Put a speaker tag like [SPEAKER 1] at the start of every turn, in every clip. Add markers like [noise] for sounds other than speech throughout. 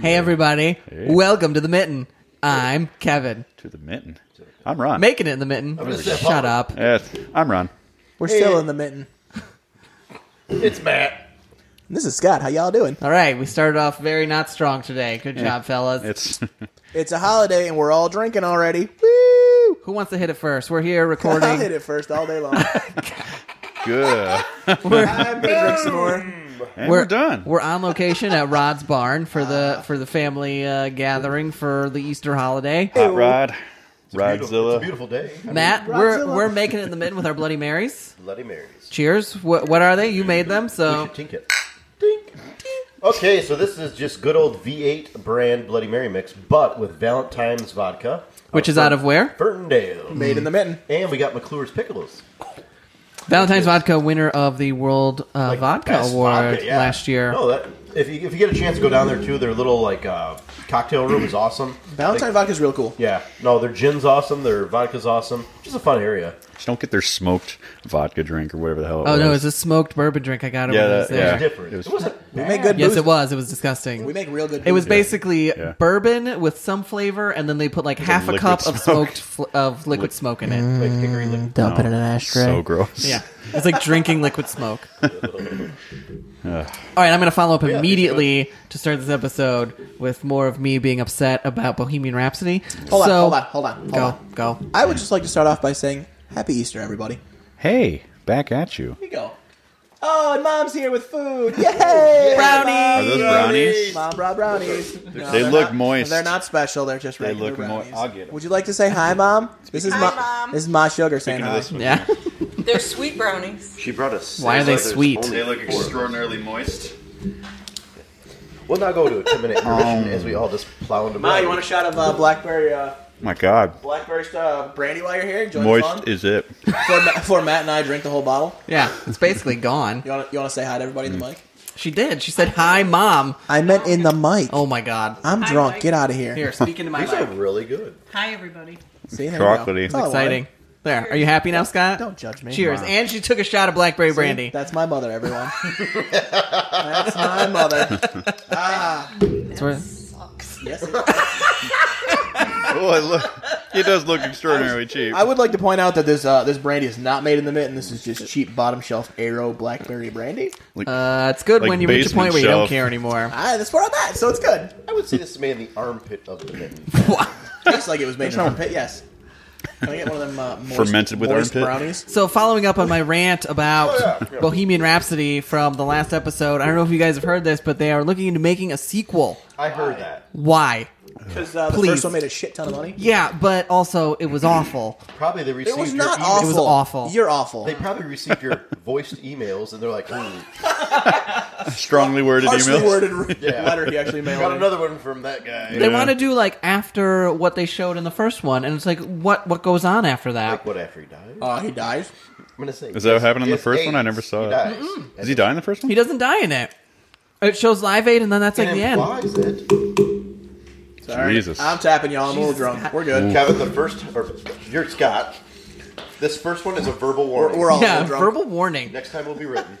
[SPEAKER 1] Hey, everybody. Welcome to the mitten. I'm Kevin.
[SPEAKER 2] to the mitten. I'm Ron.
[SPEAKER 1] Making it in the mitten.
[SPEAKER 3] step
[SPEAKER 1] Shut up.
[SPEAKER 2] Yes, I'm Ron.
[SPEAKER 4] We're still in the mitten.
[SPEAKER 3] It's Matt.
[SPEAKER 4] This is Scott. How y'all doing?
[SPEAKER 1] All right, we started off very not strong today. Good job, fellas.
[SPEAKER 2] It's [laughs]
[SPEAKER 4] It's a holiday and we're all drinking already. Woo!
[SPEAKER 1] Who wants to hit it first? We're here
[SPEAKER 4] I'll [laughs] hit
[SPEAKER 1] recording.
[SPEAKER 4] it first all day long.
[SPEAKER 2] good.
[SPEAKER 4] I'm gonna drink some more.
[SPEAKER 2] And we're, done.
[SPEAKER 1] We're on location at Rod's barn for the for the family uh, gathering for the Easter holiday.
[SPEAKER 2] Hot Rod,
[SPEAKER 3] Beautiful- It's a
[SPEAKER 2] Rodzilla.
[SPEAKER 3] beautiful day. I mean,
[SPEAKER 1] Matt, we're
[SPEAKER 4] Rodzilla.
[SPEAKER 1] we're making it in the mitten with our Bloody Marys.
[SPEAKER 3] Bloody Marys.
[SPEAKER 1] Cheers. What what are they? You made them, so
[SPEAKER 3] Tink it. Tink. Okay, so this is just good old V8 brand Bloody Mary mix, but with Valentine's vodka,
[SPEAKER 1] which is out of where?
[SPEAKER 3] Ferndale,
[SPEAKER 4] Made in the mitten.
[SPEAKER 3] and we got McClure's Pickles.
[SPEAKER 1] Valentine's Vodka, winner of the World uh,
[SPEAKER 3] Like,
[SPEAKER 1] Vodka
[SPEAKER 3] best
[SPEAKER 1] Award
[SPEAKER 3] vodka, yeah.
[SPEAKER 1] last year.
[SPEAKER 3] No, that if you if you get a chance to go down there too, their little like uh, cocktail room is awesome.
[SPEAKER 4] Valentine
[SPEAKER 3] Like,
[SPEAKER 4] vodka is real cool.
[SPEAKER 3] yeah, no, their gin's awesome, their vodka's awesome. Just a fun area.
[SPEAKER 2] Just don't get their smoked vodka drink or whatever the hell. It
[SPEAKER 1] Oh
[SPEAKER 2] was.
[SPEAKER 1] no, it's a smoked bourbon drink I got it
[SPEAKER 2] Yeah,
[SPEAKER 1] when I was
[SPEAKER 2] that-
[SPEAKER 1] there.
[SPEAKER 2] yeah.
[SPEAKER 3] Different.
[SPEAKER 2] It was-
[SPEAKER 3] It, was, not
[SPEAKER 4] We make good
[SPEAKER 1] Yes,
[SPEAKER 4] booze.
[SPEAKER 1] it was. It was disgusting.
[SPEAKER 4] We make real good
[SPEAKER 1] it was
[SPEAKER 4] booze.
[SPEAKER 1] basically
[SPEAKER 2] Yeah.
[SPEAKER 1] bourbon with some flavor, and then they put like half a
[SPEAKER 2] liquid
[SPEAKER 1] cup of
[SPEAKER 2] smoke.
[SPEAKER 1] smoked fl- of liquid smoke in it.
[SPEAKER 3] like hickory liquor.
[SPEAKER 4] Dump it in an
[SPEAKER 2] so gross.
[SPEAKER 1] Yeah, it's like drinking liquid smoke. All right, I'm going to follow up immediately to start this episode with more of me being upset about Bohemian Rhapsody.
[SPEAKER 4] Hold
[SPEAKER 1] So-
[SPEAKER 4] on, hold on, hold on, hold
[SPEAKER 1] go,
[SPEAKER 4] on.
[SPEAKER 1] go.
[SPEAKER 4] I would just like to start off by saying Happy Easter, everybody.
[SPEAKER 2] Hey, back at you.
[SPEAKER 4] Here you go. Oh, and mom's here with food. Yay!
[SPEAKER 1] Brownies!
[SPEAKER 2] Are those brownies?
[SPEAKER 4] Mom brought brownies. No,
[SPEAKER 2] They
[SPEAKER 4] they're
[SPEAKER 2] look
[SPEAKER 4] not-
[SPEAKER 2] moist.
[SPEAKER 4] They're not special. They're just regular
[SPEAKER 2] look mo-
[SPEAKER 4] brownies.
[SPEAKER 2] I'll get 'em.
[SPEAKER 4] Would you like to say hi, mom? This is
[SPEAKER 5] Hi,
[SPEAKER 4] Ma-
[SPEAKER 5] Mom.
[SPEAKER 4] This is Ma Sugar saying
[SPEAKER 2] Speaking of
[SPEAKER 4] hi.
[SPEAKER 2] this one,
[SPEAKER 1] Yeah,
[SPEAKER 5] They're sweet brownies.
[SPEAKER 3] She brought us.
[SPEAKER 1] Why are they sweet?
[SPEAKER 2] they look extraordinarily moist.
[SPEAKER 3] We'll now go to a 10 [laughs] minute intermission as we all just plow into
[SPEAKER 4] Ma, you want a shot of uh, blackberry uh,
[SPEAKER 2] My God,
[SPEAKER 4] blackberry uh, brandy while you're here? Enjoy the
[SPEAKER 2] moist
[SPEAKER 4] fun.
[SPEAKER 2] is it?
[SPEAKER 4] Before, Ma- before Matt and I drink the whole bottle.
[SPEAKER 1] yeah. It's basically gone.
[SPEAKER 4] You want to you want to say hi to everybody
[SPEAKER 2] Mm.
[SPEAKER 4] in the mic?
[SPEAKER 1] She did. She said, "Hi, mom."
[SPEAKER 4] I meant in the mic.
[SPEAKER 1] Oh my god.
[SPEAKER 4] I'm
[SPEAKER 5] Hi,
[SPEAKER 4] drunk.
[SPEAKER 5] Mike.
[SPEAKER 4] Get out of here.
[SPEAKER 1] Here, speaking to my
[SPEAKER 3] These are
[SPEAKER 1] mic.
[SPEAKER 3] really good.
[SPEAKER 5] Hi, everybody.
[SPEAKER 4] See, there
[SPEAKER 2] Chocolatey.
[SPEAKER 4] You go.
[SPEAKER 2] It's
[SPEAKER 4] That's all I
[SPEAKER 1] Exciting. There. Are you happy now, Scott?
[SPEAKER 4] Don't judge me.
[SPEAKER 1] Cheers. And she took a shot of blackberry
[SPEAKER 4] wanted. See,
[SPEAKER 1] brandy.
[SPEAKER 4] That's my
[SPEAKER 2] [laughs]
[SPEAKER 4] mother, everyone. That's my mother.
[SPEAKER 1] That's where-
[SPEAKER 5] Sucks.
[SPEAKER 4] Yes. it-
[SPEAKER 2] [laughs] Oh, it, look, it does look extraordinarily cheap.
[SPEAKER 4] I would like to point out that this uh, this brandy is not made in the mitten. This is just cheap bottom shelf Aero blackberry brandy.
[SPEAKER 2] Like,
[SPEAKER 1] Uh, it's good
[SPEAKER 2] Like
[SPEAKER 1] when you reach a point
[SPEAKER 2] basement
[SPEAKER 1] where you don't
[SPEAKER 2] shelf.
[SPEAKER 1] care [laughs] anymore.
[SPEAKER 4] Ah, that's where I'm at, so it's good.
[SPEAKER 3] I would say this is made in the armpit of the mitten.
[SPEAKER 4] Tastes like it was made in a pit. Yes. Can I get one of them uh, moist,
[SPEAKER 2] Fermented with
[SPEAKER 4] moist
[SPEAKER 2] armpit?
[SPEAKER 4] brownies?
[SPEAKER 1] So, following up on my rant about Bohemian Rhapsody from the last episode, I don't know if you guys have heard this, but they are looking into making a sequel.
[SPEAKER 3] I heard that.
[SPEAKER 1] Why?
[SPEAKER 4] Because uh, the
[SPEAKER 1] Please.
[SPEAKER 4] first one made a shit ton of money.
[SPEAKER 1] Yeah, but also it was awful.
[SPEAKER 3] Probably they received
[SPEAKER 4] It was
[SPEAKER 3] your
[SPEAKER 4] not
[SPEAKER 3] email-
[SPEAKER 4] awful.
[SPEAKER 1] It was awful.
[SPEAKER 4] You're awful.
[SPEAKER 3] They probably received your voiced emails and they're like, ooh,
[SPEAKER 2] strongly worded
[SPEAKER 4] Harshly
[SPEAKER 2] emails.
[SPEAKER 4] worded
[SPEAKER 1] [laughs]
[SPEAKER 3] Yeah.
[SPEAKER 4] letter he actually mailed.
[SPEAKER 3] got another one from that guy.
[SPEAKER 1] They
[SPEAKER 2] Yeah.
[SPEAKER 1] want to do like after what they showed in the first one, and it's like what what goes on after
[SPEAKER 3] Like,
[SPEAKER 1] that?
[SPEAKER 3] what after he died?
[SPEAKER 4] Uh, he dies.
[SPEAKER 3] I'm gonna say.
[SPEAKER 2] Is that what happened in the
[SPEAKER 3] his
[SPEAKER 2] first one? I
[SPEAKER 3] AIDS,
[SPEAKER 2] never saw
[SPEAKER 3] he
[SPEAKER 2] it.
[SPEAKER 3] Dies.
[SPEAKER 2] Does he die in the first one?
[SPEAKER 1] He doesn't die in it. It shows Live Aid, and then that's like the end.
[SPEAKER 3] implies it.
[SPEAKER 4] Sorry.
[SPEAKER 2] Jesus.
[SPEAKER 4] I'm tapping y'all. I'm a little
[SPEAKER 1] Jesus,
[SPEAKER 4] drunk.
[SPEAKER 1] God.
[SPEAKER 4] We're good.
[SPEAKER 3] Kevin, the first, or you're Scott. This first one is a verbal warning.
[SPEAKER 4] We're all a
[SPEAKER 1] Yeah,
[SPEAKER 4] little drunk.
[SPEAKER 1] verbal warning.
[SPEAKER 3] Next time will be written.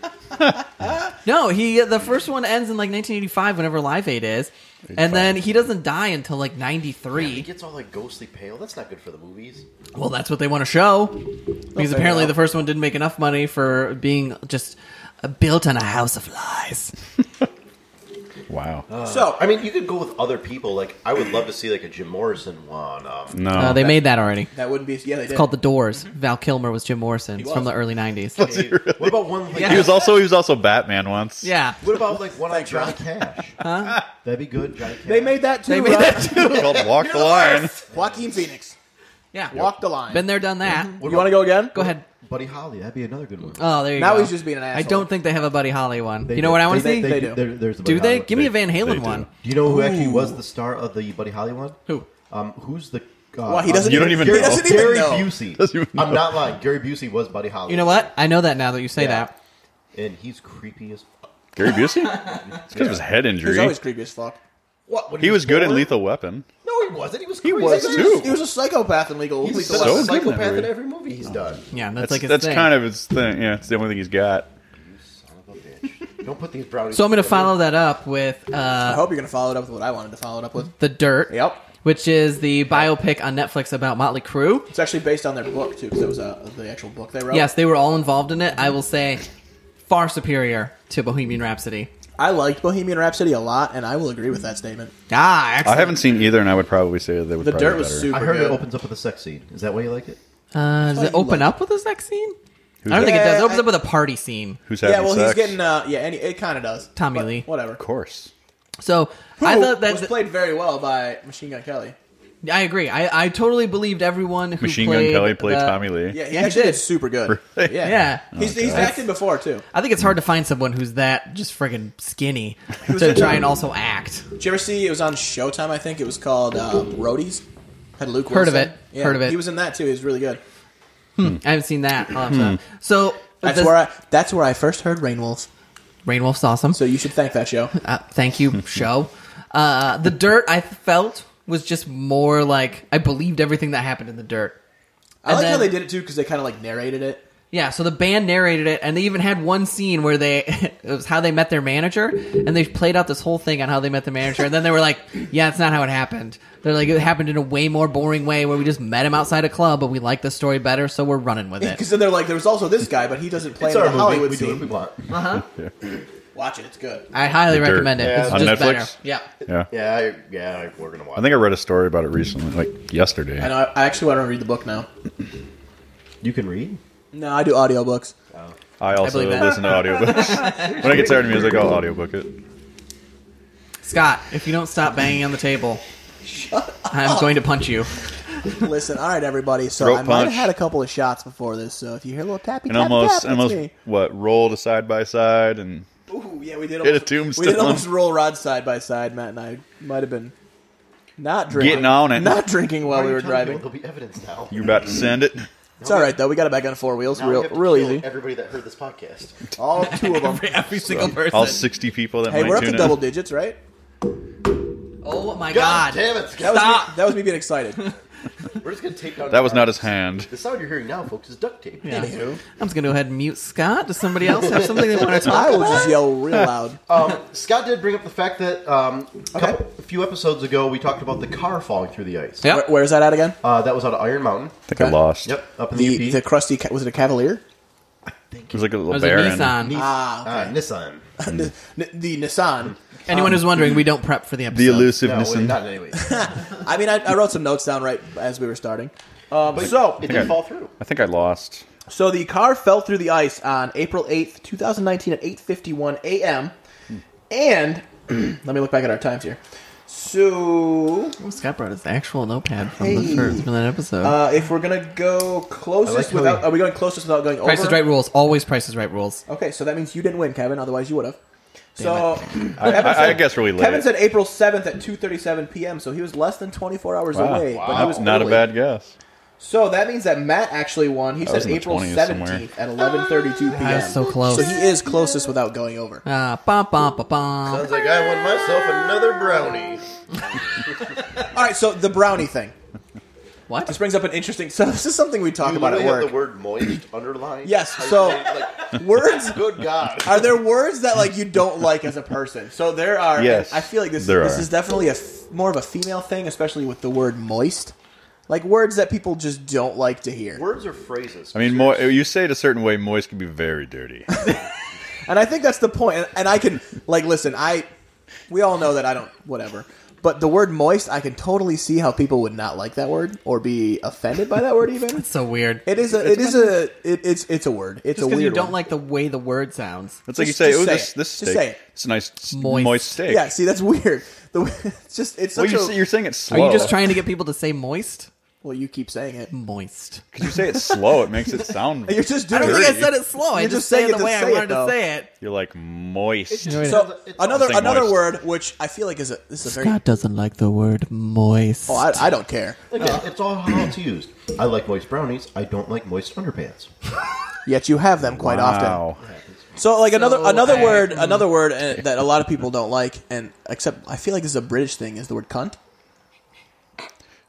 [SPEAKER 1] No, he uh, the first one ends in like 1985, whenever Live Aid is, and then he doesn't die until like
[SPEAKER 3] He
[SPEAKER 1] 93.
[SPEAKER 3] gets all like ghostly pale. That's not good for the movies.
[SPEAKER 1] Well, that's what they want to show. Because
[SPEAKER 4] Okay,
[SPEAKER 1] apparently
[SPEAKER 4] yeah.
[SPEAKER 1] the first one didn't make enough money for being just uh, built on a house of lies.
[SPEAKER 2] Wow.
[SPEAKER 4] So
[SPEAKER 3] I mean, you could go with other people. Like, I would love to see like a Jim Morrison one. Um,
[SPEAKER 2] no.
[SPEAKER 1] Uh, they made that already.
[SPEAKER 4] Oh. that wouldn't be. Yeah, they did.
[SPEAKER 1] It's called The Doors. Val Kilmer was Jim Morrison. It's from
[SPEAKER 4] was.
[SPEAKER 1] the early
[SPEAKER 4] [laughs]
[SPEAKER 1] 90s.
[SPEAKER 3] hey, [laughs] What about one? Like,
[SPEAKER 2] he was also he was also Batman once.
[SPEAKER 1] yeah.
[SPEAKER 3] What about like one like Johnny
[SPEAKER 4] Thank
[SPEAKER 3] Cash? That'd be good, Johnny Cash.
[SPEAKER 4] They made that too.
[SPEAKER 1] They made
[SPEAKER 4] uh,
[SPEAKER 1] that too.
[SPEAKER 2] It's
[SPEAKER 4] [laughs]
[SPEAKER 2] called Walk the Line.
[SPEAKER 4] Joaquin Phoenix.
[SPEAKER 1] Yeah.
[SPEAKER 4] Walk the line.
[SPEAKER 1] Been there, done that.
[SPEAKER 4] you want to go again?
[SPEAKER 1] Go ahead.
[SPEAKER 3] Buddy Holly. That'd be another good one.
[SPEAKER 1] Oh, there you
[SPEAKER 4] Now
[SPEAKER 1] go.
[SPEAKER 4] he's just being an
[SPEAKER 1] I
[SPEAKER 4] asshole.
[SPEAKER 1] don't think they have a Buddy Holly one.
[SPEAKER 3] They
[SPEAKER 1] you know
[SPEAKER 3] do.
[SPEAKER 1] what I want to see?
[SPEAKER 4] They- they- do.
[SPEAKER 3] There- there's the
[SPEAKER 1] do
[SPEAKER 3] Buddy
[SPEAKER 1] they?
[SPEAKER 3] Holly.
[SPEAKER 1] Give me a Van Halen
[SPEAKER 2] do.
[SPEAKER 1] one.
[SPEAKER 3] Do you know who actually was the star of the Buddy Holly one?
[SPEAKER 1] Who?
[SPEAKER 3] Um, who's the? Uh,
[SPEAKER 4] Well, he doesn't.
[SPEAKER 2] You don't even
[SPEAKER 3] Gary,
[SPEAKER 2] know.
[SPEAKER 4] doesn't even
[SPEAKER 3] Gary
[SPEAKER 4] know.
[SPEAKER 2] [laughs]
[SPEAKER 3] Busey.
[SPEAKER 2] Doesn't even
[SPEAKER 3] I'm
[SPEAKER 2] know.
[SPEAKER 3] not lying. Gary Busey was Buddy Holly.
[SPEAKER 1] You know what? I know that now that you say
[SPEAKER 3] Yeah.
[SPEAKER 1] that.
[SPEAKER 3] And he's creepy as. fuck.
[SPEAKER 2] [laughs] Gary Busey?
[SPEAKER 4] [laughs]
[SPEAKER 2] It's because of his head injury.
[SPEAKER 4] He's always creepy as fuck.
[SPEAKER 3] What? when
[SPEAKER 2] he was good in
[SPEAKER 3] born?
[SPEAKER 2] Lethal Weapon.
[SPEAKER 3] No, he wasn't. He was. Crazy.
[SPEAKER 2] was,
[SPEAKER 3] He
[SPEAKER 2] too.
[SPEAKER 4] He was a psychopath in legal.
[SPEAKER 3] He's been
[SPEAKER 4] legal
[SPEAKER 2] So
[SPEAKER 3] a
[SPEAKER 2] good in
[SPEAKER 3] psychopath
[SPEAKER 2] every-
[SPEAKER 3] in every movie he's done.
[SPEAKER 1] Yeah, that's,
[SPEAKER 2] That's,
[SPEAKER 1] like his
[SPEAKER 2] that's
[SPEAKER 1] thing.
[SPEAKER 2] kind of his thing. Yeah, it's the only thing he's got.
[SPEAKER 3] Son of a bitch. Don't put these brownies.
[SPEAKER 1] So I'm going to
[SPEAKER 3] together.
[SPEAKER 1] follow that up with uh,
[SPEAKER 4] I hope you're going to follow it up with what I wanted to follow it up with.
[SPEAKER 1] The Dirt.
[SPEAKER 4] Yep.
[SPEAKER 1] Which is the biopic on Netflix about Motley Crue.
[SPEAKER 4] It's actually based on their book too, because it was uh, the actual book they wrote.
[SPEAKER 1] Yes, they were all involved in it. I will say, far superior to Bohemian Rhapsody.
[SPEAKER 4] I liked Bohemian Rhapsody a lot, and I will agree with that statement.
[SPEAKER 1] Ah,
[SPEAKER 2] I
[SPEAKER 1] excellent.
[SPEAKER 2] haven't seen either, and I would probably say that they would
[SPEAKER 4] The
[SPEAKER 2] probably
[SPEAKER 4] Dirt
[SPEAKER 2] be
[SPEAKER 4] was
[SPEAKER 2] better.
[SPEAKER 4] super.
[SPEAKER 3] I heard
[SPEAKER 4] good.
[SPEAKER 3] it opens up with a sex scene. Is that why you like it?
[SPEAKER 1] Uh, does
[SPEAKER 4] That's
[SPEAKER 1] it
[SPEAKER 4] why you
[SPEAKER 1] open
[SPEAKER 4] like-
[SPEAKER 1] up with a sex scene? I don't
[SPEAKER 2] Who's
[SPEAKER 1] think it
[SPEAKER 4] that?
[SPEAKER 1] does. It
[SPEAKER 4] Yeah,
[SPEAKER 1] opens
[SPEAKER 4] I-
[SPEAKER 1] up with a party scene.
[SPEAKER 2] Who's having
[SPEAKER 4] Yeah, well,
[SPEAKER 2] sex?
[SPEAKER 4] he's getting. Uh, yeah, and it kind of does.
[SPEAKER 1] Tommy
[SPEAKER 4] But
[SPEAKER 1] Lee.
[SPEAKER 4] Whatever.
[SPEAKER 2] Of course.
[SPEAKER 1] So I
[SPEAKER 4] Who
[SPEAKER 1] thought that
[SPEAKER 4] was played very well by Machine Gun Kelly.
[SPEAKER 1] I agree. I, I totally believed everyone who
[SPEAKER 2] Machine Gun
[SPEAKER 1] played
[SPEAKER 2] Kelly played
[SPEAKER 1] the-
[SPEAKER 2] Tommy Lee.
[SPEAKER 4] Yeah, he
[SPEAKER 1] Yeah, he
[SPEAKER 4] actually
[SPEAKER 1] did.
[SPEAKER 4] did
[SPEAKER 2] [laughs]
[SPEAKER 4] super good. Yeah,
[SPEAKER 1] Yeah.
[SPEAKER 4] He's, he's
[SPEAKER 2] Oh, God.
[SPEAKER 4] acted before too.
[SPEAKER 1] I think it's hard to find someone who's that just friggin' skinny to try and also act.
[SPEAKER 4] Did you ever see? It was on Showtime, I think. It was called um, Roadies. Had Luke
[SPEAKER 1] Heard of
[SPEAKER 4] Wilson.
[SPEAKER 1] it. Heard of it.
[SPEAKER 4] He was in that too. He was really good.
[SPEAKER 1] I haven't seen that. I'll have to- so
[SPEAKER 4] That's
[SPEAKER 1] this-
[SPEAKER 4] where I. That's where I first heard Rainwolf.
[SPEAKER 1] Rainwolf's awesome.
[SPEAKER 4] So you should thank that [laughs] show.
[SPEAKER 1] Uh, thank
[SPEAKER 2] [laughs]
[SPEAKER 1] you, show. Uh, the dirt I felt was just more like I believed everything that happened in the dirt.
[SPEAKER 4] I
[SPEAKER 1] And
[SPEAKER 4] like how
[SPEAKER 1] then-
[SPEAKER 4] they did it too because they kind of like narrated it.
[SPEAKER 1] Yeah, so the band narrated it, and they even had one scene where they [laughs] it was how they met their manager, and they played out this whole thing on how they met the manager, and then they were like, "Yeah, it's not how it happened." They're like, "It happened in a way more boring way where we just met him outside a club, but we like the story better, so we're running with it."
[SPEAKER 4] Because then they're like, there was also this guy, but he doesn't play
[SPEAKER 3] It's
[SPEAKER 4] in
[SPEAKER 3] our
[SPEAKER 4] the
[SPEAKER 3] movie.
[SPEAKER 4] Hollywood
[SPEAKER 3] we do what we
[SPEAKER 4] scene.
[SPEAKER 3] want.
[SPEAKER 4] Watch it; it's good.
[SPEAKER 1] I highly
[SPEAKER 2] The Dirt.
[SPEAKER 1] recommend it.
[SPEAKER 3] Yeah.
[SPEAKER 1] It's
[SPEAKER 2] On
[SPEAKER 1] just
[SPEAKER 2] Netflix?
[SPEAKER 1] better. Yeah,
[SPEAKER 2] Yeah.
[SPEAKER 3] [laughs] Yeah, I, yeah, we're gonna watch.
[SPEAKER 2] I think I read a story about it recently, like yesterday.
[SPEAKER 4] And I, I actually want to read the book now.
[SPEAKER 3] you can read.
[SPEAKER 4] No, I do audiobooks.
[SPEAKER 2] I also
[SPEAKER 1] believe that.
[SPEAKER 2] listen to audiobooks. [laughs] when I get tired of music, I'll audiobook it.
[SPEAKER 1] Scott, if you don't stop banging on the [laughs] table, I'm going to punch you.
[SPEAKER 4] Listen, all right, everybody. So
[SPEAKER 2] Throat
[SPEAKER 4] I might have
[SPEAKER 2] punch.
[SPEAKER 4] had a couple of shots before this. So if you hear a little tappy,
[SPEAKER 2] And
[SPEAKER 4] tap,
[SPEAKER 2] almost,
[SPEAKER 4] tap,
[SPEAKER 2] almost,
[SPEAKER 4] it's me.
[SPEAKER 2] what rolled a side by side, and
[SPEAKER 4] Ooh, yeah, we
[SPEAKER 2] Hit
[SPEAKER 4] did.
[SPEAKER 2] a
[SPEAKER 4] Almost,
[SPEAKER 2] tombstone.
[SPEAKER 4] We did almost roll rods side by side. Matt and I might have been not drinking,
[SPEAKER 2] Getting on it.
[SPEAKER 4] not drinking while
[SPEAKER 3] Why are
[SPEAKER 4] we
[SPEAKER 3] you
[SPEAKER 4] were
[SPEAKER 3] telling
[SPEAKER 4] driving.
[SPEAKER 3] people? There'll be evidence now.
[SPEAKER 2] you about to send it.
[SPEAKER 4] It's all right though. We got it back on four wheels,
[SPEAKER 3] Now we
[SPEAKER 4] real,
[SPEAKER 3] have to
[SPEAKER 4] real
[SPEAKER 3] kill
[SPEAKER 4] easy.
[SPEAKER 3] Everybody that heard this podcast.
[SPEAKER 4] [laughs] All two of them.
[SPEAKER 1] Every, every single person.
[SPEAKER 2] All sixty people that
[SPEAKER 4] Hey,
[SPEAKER 2] might
[SPEAKER 4] we're up
[SPEAKER 2] tune
[SPEAKER 4] to
[SPEAKER 2] in.
[SPEAKER 4] double digits, right?
[SPEAKER 1] oh my god!
[SPEAKER 3] God, damn it!
[SPEAKER 4] That was
[SPEAKER 1] Stop.
[SPEAKER 4] me, that was me being excited.
[SPEAKER 3] We're just gonna take down.
[SPEAKER 2] That was not his
[SPEAKER 3] hand.
[SPEAKER 2] hand.
[SPEAKER 3] The sound you're hearing now, folks, is duct tape.
[SPEAKER 1] Yeah.
[SPEAKER 4] [laughs] Anywho,
[SPEAKER 1] I'm just gonna go ahead and mute Scott. Does somebody else have something they want to talk
[SPEAKER 4] [laughs] I will
[SPEAKER 1] about?
[SPEAKER 4] just yell real loud.
[SPEAKER 3] Um, Scott did bring up the fact that um, a,
[SPEAKER 4] Okay.
[SPEAKER 3] couple, a few episodes ago we talked about the car falling through the ice.
[SPEAKER 1] Yep.
[SPEAKER 4] Where, where's that at again?
[SPEAKER 3] Uh, that was out of Iron Mountain.
[SPEAKER 2] I think I
[SPEAKER 4] Okay.
[SPEAKER 2] lost.
[SPEAKER 3] Yep, up in the,
[SPEAKER 4] The
[SPEAKER 3] UP.
[SPEAKER 4] the crusty ca- was it a Cavalier? [laughs]
[SPEAKER 2] It was like a
[SPEAKER 1] It
[SPEAKER 2] little
[SPEAKER 1] was a
[SPEAKER 2] bear. and-
[SPEAKER 1] Nissan.
[SPEAKER 3] Nissan.
[SPEAKER 4] Ah,
[SPEAKER 3] Ah, Nissan.
[SPEAKER 4] N- n- the Nissan.
[SPEAKER 1] Anyone who's wondering, we don't prep for the episode.
[SPEAKER 2] The
[SPEAKER 3] No,
[SPEAKER 2] elusiveness.
[SPEAKER 3] well,
[SPEAKER 2] and-
[SPEAKER 3] not
[SPEAKER 2] [laughs]
[SPEAKER 3] anyway.
[SPEAKER 4] I mean, I, I wrote some notes down right as we were starting. Um,
[SPEAKER 3] But
[SPEAKER 4] so,
[SPEAKER 3] it
[SPEAKER 2] Okay.
[SPEAKER 3] did fall through.
[SPEAKER 2] I think I lost.
[SPEAKER 4] so the car fell through the ice on April eighth, two thousand nineteen, at eight fifty one a.m. And [clears throat] let me look back at our times here. So,
[SPEAKER 1] Oh, Scott brought his actual notepad from
[SPEAKER 4] Hey.
[SPEAKER 1] the first from that episode.
[SPEAKER 4] uh, if we're gonna go closest
[SPEAKER 3] I like how
[SPEAKER 4] without,
[SPEAKER 3] he-
[SPEAKER 4] are we going closest without going
[SPEAKER 1] Price
[SPEAKER 4] over?
[SPEAKER 1] is Right rules. Always Price is Right rules.
[SPEAKER 4] Okay, so that means you didn't win, Kevin. Otherwise, you would have. So [clears throat]
[SPEAKER 2] I, I, I guess really late.
[SPEAKER 4] Kevin said April seventh at two thirty seven p.m. So he was less than twenty four hours
[SPEAKER 2] Wow.
[SPEAKER 4] away. But he
[SPEAKER 2] Not-
[SPEAKER 4] was
[SPEAKER 2] not a
[SPEAKER 4] early.
[SPEAKER 2] bad guess.
[SPEAKER 4] So that means that Matt actually won. He
[SPEAKER 2] was
[SPEAKER 4] said
[SPEAKER 2] in the
[SPEAKER 4] April
[SPEAKER 2] 20s
[SPEAKER 4] seventeenth at eleven thirty two p.m.
[SPEAKER 1] I was so close.
[SPEAKER 4] So he is closest without going over.
[SPEAKER 1] Uh, bum, bum, bum, bum.
[SPEAKER 3] Sounds like I won myself another brownie.
[SPEAKER 4] All right, so the brownie thing. This
[SPEAKER 1] What?
[SPEAKER 4] brings up an interesting. So this is something we talk
[SPEAKER 3] You
[SPEAKER 4] about at
[SPEAKER 3] literally have
[SPEAKER 4] work.
[SPEAKER 3] the word moist underlined.
[SPEAKER 4] Yes,
[SPEAKER 3] How you
[SPEAKER 4] so-
[SPEAKER 3] say [laughs] it, like,
[SPEAKER 4] Words
[SPEAKER 3] good God.
[SPEAKER 4] are there words that like you don't like as a person? So there are.
[SPEAKER 2] Yes,
[SPEAKER 4] I feel like this.
[SPEAKER 2] there
[SPEAKER 4] this
[SPEAKER 2] are.
[SPEAKER 4] is definitely a f- more of a female thing, especially with the word moist. Like words that people just don't like to hear.
[SPEAKER 3] Words are phrases.
[SPEAKER 2] I mean, mo- you say it a certain way, moist can be very
[SPEAKER 4] [laughs]
[SPEAKER 2] dirty.
[SPEAKER 4] And I think that's the point. And, and I can like listen. I we all know that I don't whatever. But the word moist, I can totally see how people would not like that word or be offended by that word. Even
[SPEAKER 1] It's so weird.
[SPEAKER 4] it is a it is a it, it's it's a word. It's
[SPEAKER 1] Just
[SPEAKER 4] a
[SPEAKER 1] because
[SPEAKER 4] weird
[SPEAKER 1] you don't
[SPEAKER 4] one.
[SPEAKER 1] like the way the word sounds.
[SPEAKER 2] It's like you
[SPEAKER 4] Just-
[SPEAKER 2] say,
[SPEAKER 4] just
[SPEAKER 2] "Oh,
[SPEAKER 4] say
[SPEAKER 2] this
[SPEAKER 4] it.
[SPEAKER 2] this
[SPEAKER 4] Just
[SPEAKER 2] steak,
[SPEAKER 4] say it.
[SPEAKER 2] it's a nice s-
[SPEAKER 1] Moist.
[SPEAKER 2] moist, steak."
[SPEAKER 4] Yeah, see, that's weird. The [laughs] way- it's just it's
[SPEAKER 2] well,
[SPEAKER 4] such
[SPEAKER 2] you,
[SPEAKER 4] a
[SPEAKER 2] say- you're saying it slow.
[SPEAKER 1] Are you just trying to get people to say moist?
[SPEAKER 4] well. You keep saying it.
[SPEAKER 1] Moist.
[SPEAKER 2] Because you say it slow, it makes it sound.
[SPEAKER 4] [laughs] You're just
[SPEAKER 1] I
[SPEAKER 4] doing
[SPEAKER 1] don't think I
[SPEAKER 2] Dirty.
[SPEAKER 1] said it slow. I
[SPEAKER 4] You're
[SPEAKER 1] just
[SPEAKER 4] just
[SPEAKER 1] said it
[SPEAKER 4] saying it
[SPEAKER 1] the
[SPEAKER 4] to
[SPEAKER 1] way I
[SPEAKER 4] say it,
[SPEAKER 1] wanted to
[SPEAKER 4] though.
[SPEAKER 1] say it.
[SPEAKER 2] You're like moist.
[SPEAKER 3] just-
[SPEAKER 4] So
[SPEAKER 3] It's
[SPEAKER 4] another
[SPEAKER 2] saying
[SPEAKER 4] another
[SPEAKER 2] moist.
[SPEAKER 4] word which I feel like is a this is a very
[SPEAKER 1] Scott doesn't like the word moist.
[SPEAKER 4] oh, I, I don't care.
[SPEAKER 3] Again, it's all how it's used. I like moist brownies. I don't like moist underpants.
[SPEAKER 4] Yet you have them quite often.
[SPEAKER 2] Wow.
[SPEAKER 4] So like another
[SPEAKER 1] So,
[SPEAKER 4] another
[SPEAKER 1] I-
[SPEAKER 4] word another word uh, that a lot of people don't like and except I feel like this is a British thing is the word cunt.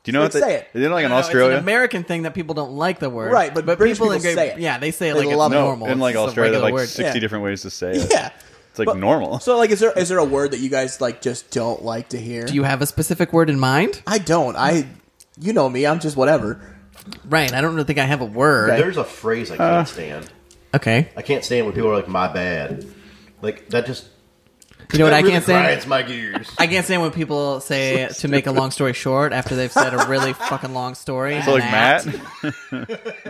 [SPEAKER 2] Do you know what
[SPEAKER 4] Let's
[SPEAKER 2] they
[SPEAKER 4] say it.
[SPEAKER 2] You know, like in
[SPEAKER 1] No,
[SPEAKER 2] Australia,
[SPEAKER 1] It's an American thing that people don't like the word,
[SPEAKER 4] Right, but British people
[SPEAKER 1] in Great-
[SPEAKER 4] say it.
[SPEAKER 1] Yeah, they say it
[SPEAKER 4] They
[SPEAKER 1] like it's
[SPEAKER 4] love it.
[SPEAKER 2] no,
[SPEAKER 1] normal.
[SPEAKER 2] in like
[SPEAKER 1] It's just a
[SPEAKER 2] Australia, there's
[SPEAKER 1] regular
[SPEAKER 2] like
[SPEAKER 1] word.
[SPEAKER 2] sixty
[SPEAKER 4] [laughs] Yeah.
[SPEAKER 2] different ways to say it.
[SPEAKER 4] Yeah.
[SPEAKER 2] It's like
[SPEAKER 4] But-
[SPEAKER 2] normal.
[SPEAKER 4] So like, is there is there a word that you guys like just don't like to hear?
[SPEAKER 1] Do you have a specific word in mind?
[SPEAKER 4] I don't. I, you know me. I'm just whatever.
[SPEAKER 1] Right. I don't really think I have a word.
[SPEAKER 3] There's a phrase I can't
[SPEAKER 2] Uh.
[SPEAKER 3] stand.
[SPEAKER 1] Okay.
[SPEAKER 3] I can't stand when people are like, "My bad," like that just.
[SPEAKER 1] You
[SPEAKER 4] [laughs]
[SPEAKER 1] know what
[SPEAKER 3] that
[SPEAKER 1] I
[SPEAKER 3] really
[SPEAKER 1] can't say?
[SPEAKER 3] Grinds my gears.
[SPEAKER 1] I can't stand when people say to make a long story short after they've said a
[SPEAKER 4] [laughs]
[SPEAKER 1] really fucking long story.
[SPEAKER 2] So like Matt,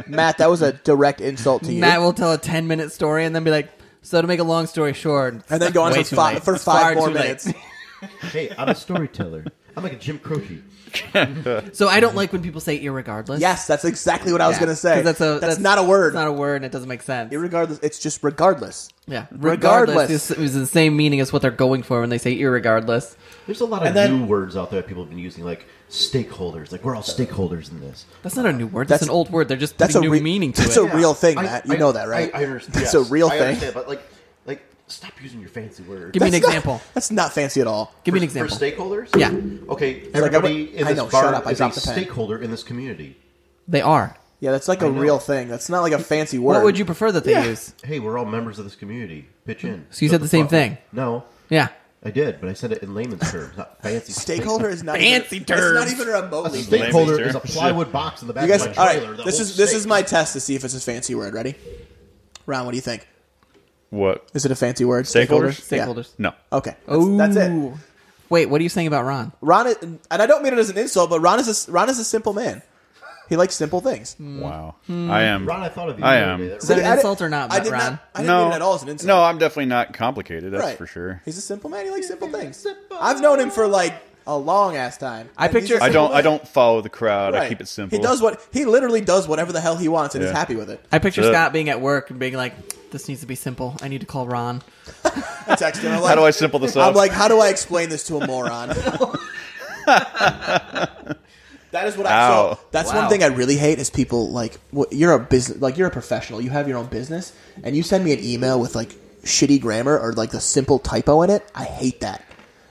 [SPEAKER 4] Matt, that was a direct insult to you.
[SPEAKER 1] Matt will tell a ten minute story and then be like, "So to make a long story short,
[SPEAKER 4] and then go on
[SPEAKER 1] way
[SPEAKER 4] for,
[SPEAKER 1] too
[SPEAKER 4] fi-
[SPEAKER 1] late.
[SPEAKER 4] for
[SPEAKER 1] It's far
[SPEAKER 4] five more
[SPEAKER 1] too late.
[SPEAKER 4] minutes.
[SPEAKER 3] hey, I'm a storyteller. I'm like a Jim Croce.
[SPEAKER 1] So I don't like when people say irregardless.
[SPEAKER 4] Yes, that's exactly what I was
[SPEAKER 1] Yeah.
[SPEAKER 4] going to say.
[SPEAKER 1] 'Cause That's, a,
[SPEAKER 4] not a word.
[SPEAKER 1] It's not a word, and it doesn't make sense.
[SPEAKER 4] Irregardless, it's just regardless.
[SPEAKER 1] yeah.
[SPEAKER 4] Regardless.
[SPEAKER 1] Regardless, it was the same meaning as what they're going for when they say irregardless.
[SPEAKER 3] There's a lot of
[SPEAKER 4] And then-
[SPEAKER 3] new words out there people have been using, like stakeholders. Like we're all stakeholders in this.
[SPEAKER 1] That's not a new word. That's,
[SPEAKER 4] That's-
[SPEAKER 1] an old word. They're just
[SPEAKER 4] That's
[SPEAKER 1] putting
[SPEAKER 4] a
[SPEAKER 1] new
[SPEAKER 4] re-
[SPEAKER 1] meaning to
[SPEAKER 4] that's
[SPEAKER 1] it.
[SPEAKER 4] a real thing,
[SPEAKER 3] I-
[SPEAKER 4] Matt.
[SPEAKER 3] I-
[SPEAKER 4] you know that, right?
[SPEAKER 3] I, I understand.
[SPEAKER 4] That's a real
[SPEAKER 3] I
[SPEAKER 4] thing.
[SPEAKER 3] understand, but like, like, stop using your fancy words.
[SPEAKER 1] Give me an
[SPEAKER 4] That's not-
[SPEAKER 1] example.
[SPEAKER 4] that's not fancy at all.
[SPEAKER 1] Give me an
[SPEAKER 3] For-
[SPEAKER 1] example.
[SPEAKER 3] For stakeholders?
[SPEAKER 1] Yeah.
[SPEAKER 3] Okay,
[SPEAKER 4] like, I
[SPEAKER 3] everybody
[SPEAKER 4] went-
[SPEAKER 3] in
[SPEAKER 4] I
[SPEAKER 3] this
[SPEAKER 4] know,
[SPEAKER 3] bar
[SPEAKER 4] shut up, I
[SPEAKER 3] is a
[SPEAKER 4] dropped the pen.
[SPEAKER 3] stakeholder in this community.
[SPEAKER 1] They are.
[SPEAKER 4] Yeah, that's like a
[SPEAKER 3] know.
[SPEAKER 4] real thing. That's not like a fancy word.
[SPEAKER 1] What would you prefer that they
[SPEAKER 4] Yeah.
[SPEAKER 1] use?
[SPEAKER 3] Hey, we're all members of this community. Pitch in.
[SPEAKER 1] So you
[SPEAKER 3] That's
[SPEAKER 1] said the same
[SPEAKER 3] problem.
[SPEAKER 1] thing.
[SPEAKER 3] No,
[SPEAKER 1] Yeah.
[SPEAKER 3] I did, but I said it in layman's terms, not fancy.
[SPEAKER 4] [laughs] Stakeholder is not
[SPEAKER 1] Fancy
[SPEAKER 4] even,
[SPEAKER 1] terms.
[SPEAKER 4] It's not even remotely.
[SPEAKER 3] A stakeholder
[SPEAKER 2] Layman's
[SPEAKER 3] is a
[SPEAKER 2] terms.
[SPEAKER 3] plywood box in the back
[SPEAKER 4] You guys,
[SPEAKER 3] of my
[SPEAKER 4] all
[SPEAKER 3] trailer.
[SPEAKER 4] right.
[SPEAKER 3] that
[SPEAKER 4] This
[SPEAKER 3] holds
[SPEAKER 4] is this is
[SPEAKER 3] steak.
[SPEAKER 4] my test to see if it's a fancy word. Ready? Ron, what do you think?
[SPEAKER 2] what?
[SPEAKER 4] Is it a fancy word?
[SPEAKER 2] Stakeholders?
[SPEAKER 4] Yeah.
[SPEAKER 1] Stakeholders.
[SPEAKER 2] No.
[SPEAKER 4] Okay. That's, that's it.
[SPEAKER 1] Ooh. Wait, what are you saying about Ron?
[SPEAKER 4] Ron, is, and I don't mean it as an insult, but Ron is a, Ron is a simple man. He likes simple things.
[SPEAKER 2] Wow.
[SPEAKER 4] Hmm.
[SPEAKER 2] I am.
[SPEAKER 3] Ron, I thought of you.
[SPEAKER 2] I
[SPEAKER 3] the other
[SPEAKER 2] am.
[SPEAKER 3] day. That
[SPEAKER 1] Hmm. Is that
[SPEAKER 4] See,
[SPEAKER 1] an
[SPEAKER 4] I did-
[SPEAKER 1] insult or not,
[SPEAKER 4] I
[SPEAKER 1] but
[SPEAKER 4] did
[SPEAKER 1] Ron?
[SPEAKER 4] not. I didn't
[SPEAKER 2] no.
[SPEAKER 4] mean it at all as an insult.
[SPEAKER 2] No, I'm definitely not complicated. That's
[SPEAKER 4] Right.
[SPEAKER 2] for sure.
[SPEAKER 4] He's a simple man. He likes simple things. I've known him for like a long ass time.
[SPEAKER 1] I
[SPEAKER 4] And he's
[SPEAKER 1] picture-
[SPEAKER 4] a
[SPEAKER 2] I
[SPEAKER 4] simple
[SPEAKER 2] don't. I
[SPEAKER 4] man.
[SPEAKER 2] don't follow the crowd. I
[SPEAKER 4] Right.
[SPEAKER 2] keep it simple.
[SPEAKER 4] He does what he literally does whatever the hell he wants and is
[SPEAKER 2] Yeah.
[SPEAKER 4] happy with it.
[SPEAKER 1] I picture
[SPEAKER 2] Shut up.
[SPEAKER 1] Scott being at work and being like, "This needs to be simple. I need to call Ron."
[SPEAKER 4] I text him. I'm like,
[SPEAKER 2] [laughs] How do I simple this up?
[SPEAKER 4] I'm like, how do I explain this to
[SPEAKER 2] [laughs]
[SPEAKER 4] a moron? that is what I
[SPEAKER 2] Wow.
[SPEAKER 4] so that's
[SPEAKER 1] Wow.
[SPEAKER 4] one thing I really hate is people like wh- you're a business like you're a professional you have your own business and you send me an email with like shitty grammar or like the simple typo in it I hate that